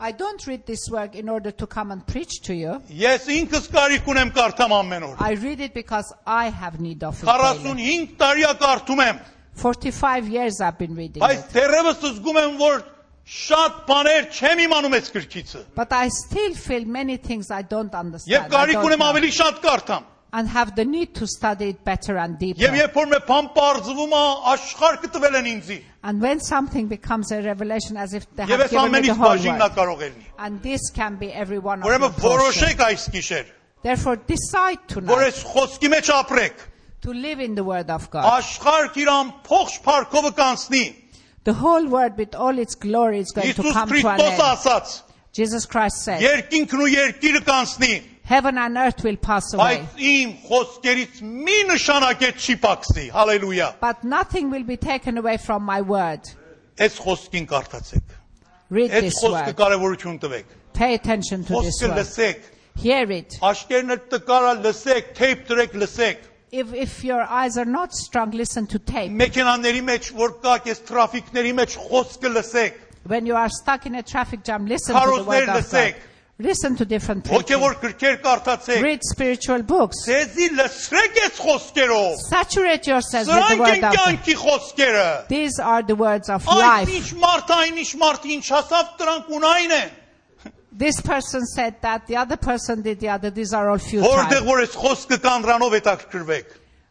Speaker 2: I don't read this work in order to come and preach to you.
Speaker 1: Ես ինքս կարիք ունեմ կարդամ ամեն օր։
Speaker 2: I read it because I have need of it. daily.
Speaker 1: 45 տարիա կարդում եմ,
Speaker 2: 45 years I've been reading
Speaker 1: բայց
Speaker 2: it.
Speaker 1: դեռևս զգում եմ, որ շատ բաներ չեմ իմանում այս գրքիցը։
Speaker 2: But I still feel many things I don't
Speaker 1: Եվ
Speaker 2: understand. I
Speaker 1: կարիք
Speaker 2: don't
Speaker 1: ունեմ
Speaker 2: know,
Speaker 1: ավելի շատ կարդամ։
Speaker 2: and have the need to study it better and deeper.
Speaker 1: Եվ երբ որ մեր բան բարձվում է, աշխարհը տվել են ինձի։
Speaker 2: And when something becomes a revelation as if they
Speaker 1: Եվ այս
Speaker 2: have given me the
Speaker 1: ամենից
Speaker 2: whole
Speaker 1: բաժինն է
Speaker 2: world.
Speaker 1: կարող ելնի։
Speaker 2: And this can be every one of your
Speaker 1: Ուրեմն
Speaker 2: portion.
Speaker 1: որոշեք այս գիշեր,
Speaker 2: Therefore decide
Speaker 1: որ
Speaker 2: tonight
Speaker 1: այս խոսքի մեջ ապրեք։
Speaker 2: to live in the word of
Speaker 1: Ah.
Speaker 2: God.
Speaker 1: Աշխարհ իր ամբողջ փառքովը կանցնի։
Speaker 2: The whole world with all its glory is going to
Speaker 1: Հիսուս
Speaker 2: come to an
Speaker 1: Քրիստոս
Speaker 2: end.
Speaker 1: ասաց.
Speaker 2: Jesus Christ said,
Speaker 1: Երկինքն ու երկիրը կանցնի,
Speaker 2: heaven and earth will pass away,
Speaker 1: բայց իմ խոսքերից մի նշանակ էլ չի փակսի։ Հալելույա։
Speaker 2: but nothing will be taken away from my word.
Speaker 1: Այս խոսքին կարդացեք։
Speaker 2: Read
Speaker 1: Այս
Speaker 2: this
Speaker 1: խոսքը
Speaker 2: word.
Speaker 1: կարևորություն տվեք։
Speaker 2: Pay attention to this
Speaker 1: Խոսքը
Speaker 2: word.
Speaker 1: լսեք,
Speaker 2: Hear it.
Speaker 1: աշկերտը տկարա լսեք, թեյփ դրեք լսեք։
Speaker 2: If, if your eyes are not strong, listen to tape.
Speaker 1: Մեքենաների մեջ որ կաք, այս տրաֆիկների մեջ խոսքը լսեք։
Speaker 2: When you are stuck in a traffic jam, listen to the word
Speaker 1: Քարոզներ
Speaker 2: of God.
Speaker 1: լսեք։
Speaker 2: Listen to different preaching.
Speaker 1: Ոգևոր գրքեր կարդացեք։
Speaker 2: Read spiritual books.
Speaker 1: Ձեզի լսրեք այս խոսքերով։
Speaker 2: Saturate yourselves with the
Speaker 1: Սրանք են
Speaker 2: word of God.
Speaker 1: կյանքի խոսքերը։
Speaker 2: These are the words of
Speaker 1: Այդ
Speaker 2: life.
Speaker 1: ինչ մարդ, այն ինչ մարդ ինչ ասավ, դրանք ունայն են։
Speaker 2: This person said that, the other person did the other. These are all futile.
Speaker 1: Որտեղ որ այս խոսքը կանրանով հետաքրքրվեք։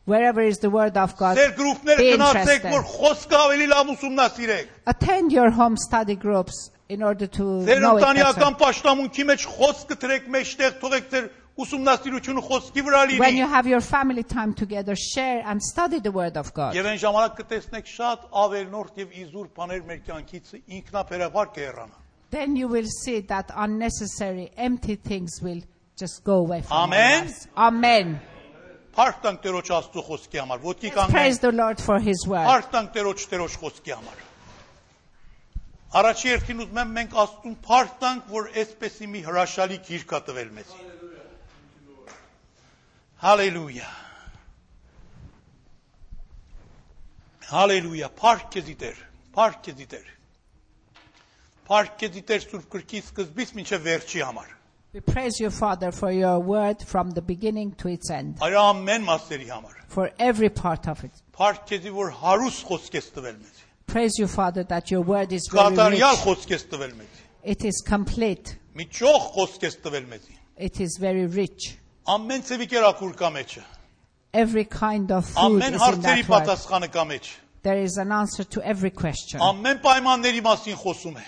Speaker 2: Wherever is the word of God,
Speaker 1: Ձեր գրուպները
Speaker 2: be
Speaker 1: գնացեք, որ
Speaker 2: interested.
Speaker 1: խոսքը ավելի լավ ուսումնասիրեք։
Speaker 2: Attend your home study groups in order to
Speaker 1: Ձեր
Speaker 2: know it better.
Speaker 1: ընտանեկան պաշտամունքի մեջ խոսքը թրեք մեջտեղ թողեք ձեր ուսումնասիրությունը խոսքի վրա
Speaker 2: When
Speaker 1: լինի։
Speaker 2: you have your family time together, share and study the word of God.
Speaker 1: Եվ այն ժամանակ կտեսնեք շատ ավելնորդ եւ իզուր բաներ մեր կյանքից ինքնաբերաբար կհեռանան։
Speaker 2: Then you will see that unnecessary, empty things will just go away from
Speaker 1: Amen.
Speaker 2: our lives. Amen.
Speaker 1: Փառք տանք Տերոջ Աստծո խոսքի համար, ոտքի
Speaker 2: Praise
Speaker 1: կանգնենք։
Speaker 2: the Lord for His word.
Speaker 1: Փառք տանք Տերոջ Տերոջ խոսքի համար։ Առաջի երթին ուզում եմ մենք Աստծուն փառք տանք, որ այսպեսի մի հրաշալի գիրք ա տվել մեզ։ Հալելույա։ Հալելույա, փառք քեզի Տեր, փառք քեզի Տեր։ Փառք քեզի Տեր Սուրբ Գրքի սկզբից ոչ վերջի համար։
Speaker 2: We praise you, Father, for your word from the beginning to its end,
Speaker 1: Այլ ամեն մասերի համար։
Speaker 2: for every part of it.
Speaker 1: Փառք քեզի, որ հարուստ խոսք ես տվել մեզ։
Speaker 2: Praise you, Father, that your word is very
Speaker 1: Կատարյալ
Speaker 2: rich.
Speaker 1: խոսք ես տվել մեզ։
Speaker 2: It is complete.
Speaker 1: Մի ճոխ խոսք ես տվել մեզ։
Speaker 2: It is very rich.
Speaker 1: Ամեն ցևի կերակուր կա մեջը։
Speaker 2: Every kind of food
Speaker 1: Ամեն
Speaker 2: is in
Speaker 1: հարցերի
Speaker 2: that word.
Speaker 1: պատասխանը կա մեջ։
Speaker 2: There is an answer to every question.
Speaker 1: Ամեն պայմանների մասին խոսում է։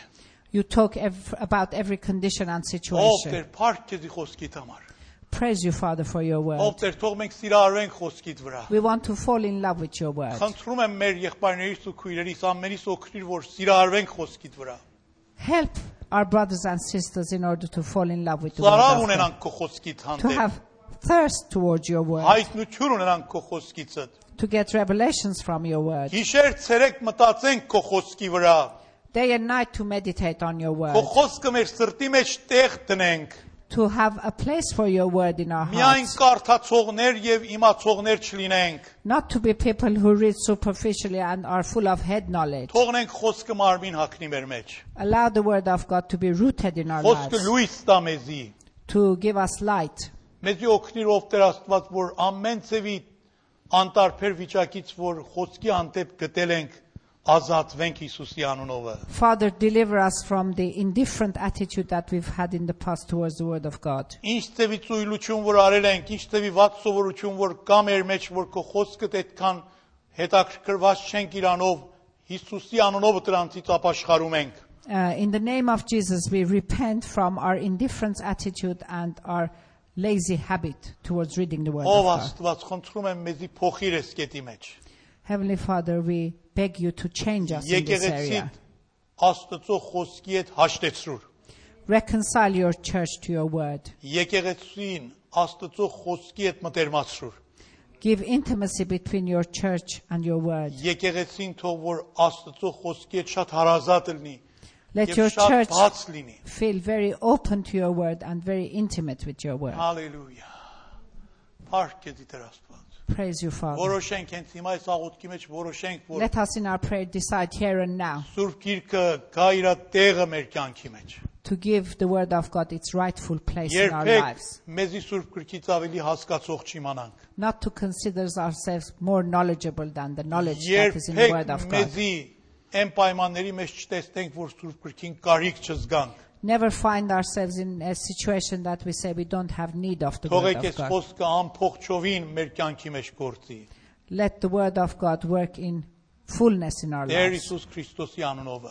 Speaker 2: You talk ev- about every condition and
Speaker 1: Ով
Speaker 2: situation.
Speaker 1: Տեր փառք քեզի խոսքիդ համար։
Speaker 2: Praise you, Father, for your word.
Speaker 1: Ով Տեր թող մենք սիրարենք խոսքիդ վրա։
Speaker 2: We want to fall in love with your word.
Speaker 1: Խնդրում եմ մեր եղբայրներից ու քույրերից ամենից օգնիր, որ սիրարվենք խոսքիդ վրա։
Speaker 2: Help our brothers and sisters in order to fall in love with the word.
Speaker 1: Զարավ
Speaker 2: of God.
Speaker 1: ունենանք քո խոսքիդ
Speaker 2: To
Speaker 1: հանդեպ։
Speaker 2: have thirst towards your word.
Speaker 1: Հայտնություն ունենանք քո խոսքիցը։
Speaker 2: To get revelations from your word.
Speaker 1: Գիշեր ցերեկ մտածենք քո խոսքի վրա։
Speaker 2: Day and night to meditate on your
Speaker 1: Քո
Speaker 2: word.
Speaker 1: խոսքը մեր սրտի մեջ տեղ դնենք։
Speaker 2: To have a place for your word in our
Speaker 1: Միայն
Speaker 2: hearts.
Speaker 1: կարդացողներ եւ իմացողներ չլինենք։
Speaker 2: Not to be people who read superficially and are full of head knowledge.
Speaker 1: Թողնենք խոսքը մարմին հակնի մեր մեջ։
Speaker 2: Allow the word of God to be rooted in our
Speaker 1: Խոսքը
Speaker 2: lives.
Speaker 1: լույս տա մեզի։
Speaker 2: To give us light.
Speaker 1: Մեզի օգնիր ով Տեր Աստված, որ ամեն ցևի անտարբեր վիճակից, որ խոսքի հանդեպ գտել ենք, ազատվենք Հիսուսի անունով։
Speaker 2: Father, deliver us from the indifferent attitude that we've had in the past towards the Word of God.
Speaker 1: Ինչ ցևի ծույլություն, որ արել ենք, ինչ ցևի վատ սովորություն, որ կա մեր մեջ, որ քո խոսքդ այդքան հետաքրքրված չենք իրանով, Հիսուսի անունով դրանից ապաշխարում ենք։
Speaker 2: Uh, in the name of Jesus, we repent from our indifference attitude and our lazy habit towards reading the Word
Speaker 1: Ով
Speaker 2: of God.
Speaker 1: Աստված, խնդրում եմ մեզի փոխիր այս կետի մեջ։
Speaker 2: Heavenly Father, we beg you to change us in this area.
Speaker 1: Եկեղեցիդ Աստծո խոսքի հետ հաշտեցրուր։
Speaker 2: Reconcile your church to your Word.
Speaker 1: Եկեղեցին Աստծո խոսքի հետ մտերմացրուր։
Speaker 2: Give intimacy between your church and your Word.
Speaker 1: Եկեղեցին թող որ Աստծո խոսքի հետ շատ հարազատ լինի
Speaker 2: Let
Speaker 1: եւ
Speaker 2: your
Speaker 1: շատ
Speaker 2: church
Speaker 1: բաց լինի։
Speaker 2: feel very open to your Word and very intimate with your
Speaker 1: Ah.
Speaker 2: Word.
Speaker 1: Հալելույա։ Փառք է դիտեր Աստված։
Speaker 2: Praise you, Father.
Speaker 1: Որոշենք հենց հիմա այս աղոթքի մեջ որոշենք, որ
Speaker 2: Let us in our prayer decide here and now.
Speaker 1: Սուրբ Գիրքը գա իր տեղը մեր կյանքի մեջ։
Speaker 2: to give the word of God its rightful place in our
Speaker 1: Երբեք
Speaker 2: lives,
Speaker 1: մեզի Սուրբ Գրքից ավելի հասկացող չիմանանք։
Speaker 2: not to consider ourselves more knowledgeable than the knowledge that is in the word
Speaker 1: Երբեք
Speaker 2: of God.
Speaker 1: մեզի այն պայմանների մեջ չտեսնենք, որ Սուրբ Գրքին կարիք չզգանք։
Speaker 2: Never find ourselves in a situation that we say we don't have need of the word
Speaker 1: Թողեք
Speaker 2: of
Speaker 1: այս
Speaker 2: God.
Speaker 1: խոսքը ամփոխչովին մեր կյանքի մեջ գործի։
Speaker 2: Let the word of God work in fullness in our
Speaker 1: Տեր
Speaker 2: lives.
Speaker 1: Հիսուս Քրիստոսի անունով։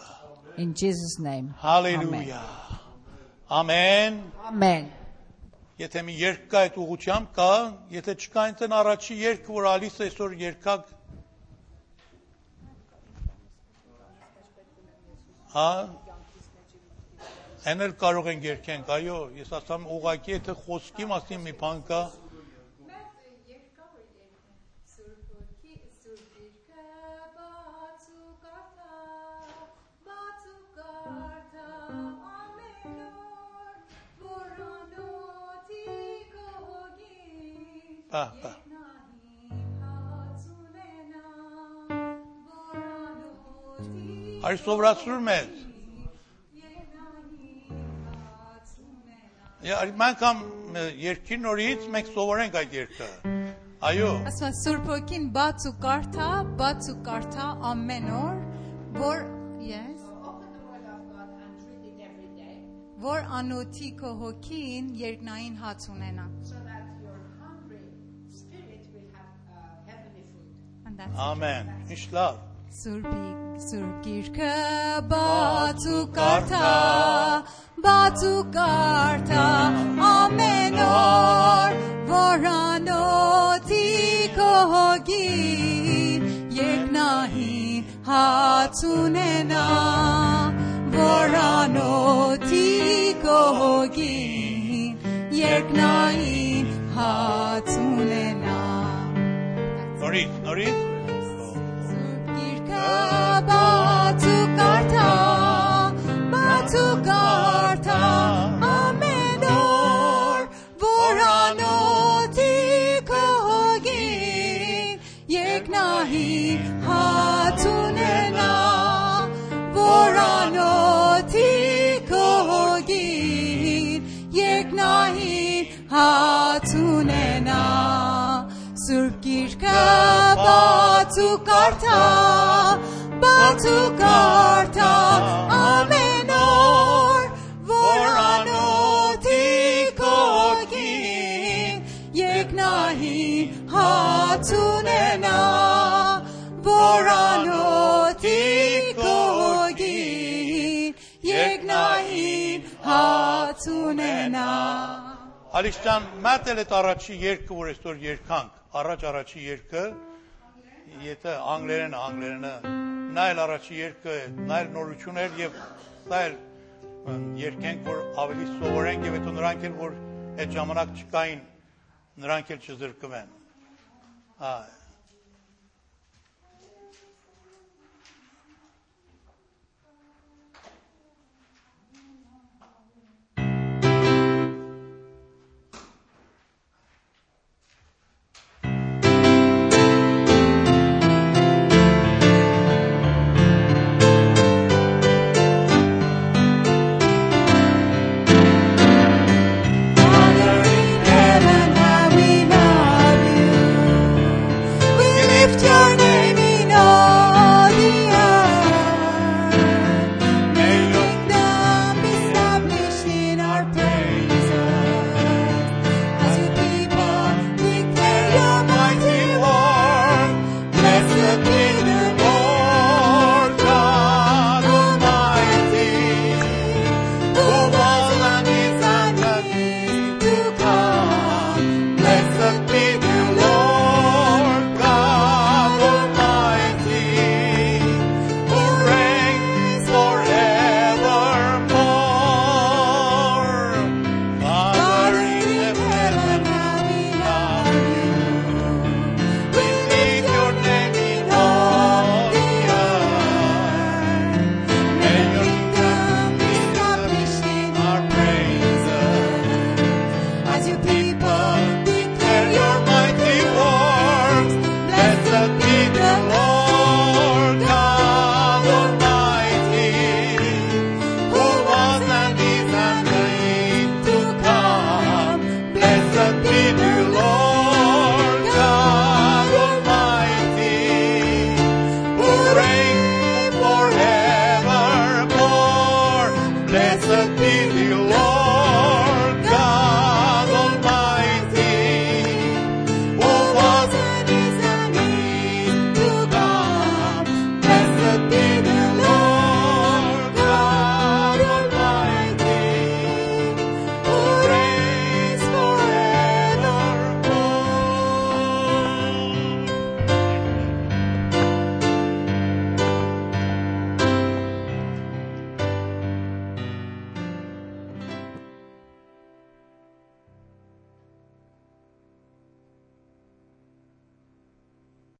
Speaker 2: In Jesus' name. Amen.
Speaker 1: Հալելույա։ Ամեն։
Speaker 2: Amen.
Speaker 1: Եթե մի երկ կա այդ ուղությամբ կա, եթե չկա այնտեն առաջի երկ, որ ալիս է այսօր երկակ։ Հա։ Էնել կարող են երկենք, այո, ես ասում եմ ուղակի եթե խոսքի մասին մի բան կա,
Speaker 3: Մեծ երկար երկն Սուրբուքի սուրբիրքը բացու կարդա բացու կարդա ամենուր որանոթի գողի
Speaker 1: Բա, բա։ Արիսովրացրու մեզ։ Ե- արի- Մանկամ ը, երկի նորից մենք սովորենք այդ երգը։ Այո,
Speaker 3: Ասա Սուրբոքին բաց ու կարթա, բաց ու կարթա ամեն օր, որ yes, որ անոթի քո հոգին երկնային հաց ունենա։
Speaker 2: So that your hungry spirit will have uh, heavenly
Speaker 3: and that's it.
Speaker 1: Ամեն։ Ինչ լավ։
Speaker 3: Սուրբի սուրգիրքը բացու կարթա բացու կարթա ամեն օր որանոթի կողի երկնահի հացունենա որանոթի կողի երկնահի հացունենա
Speaker 1: Նորից, նորից։
Speaker 3: Հացունենա Սուրբ գիրքը բացու կարթա բացու կարթա ամեն օր որանոթի կողին եկնահի հացունենա որանոթի կողին եկնահի հացունենա
Speaker 1: Ալիշտան մատել է առաջի երկը, որ այսօր երկանք, առաջ առաջի երկը, եթե անգլերեն անգլերենը, նայել առաջի երկը, է, նայել նորություններ եւ նայել ը, երկենք, որ ավելի սովորենք եւ հետո նրանք էլ որ այդ ժամանակ չկային, նրանք էլ չզրկվեն։ Այ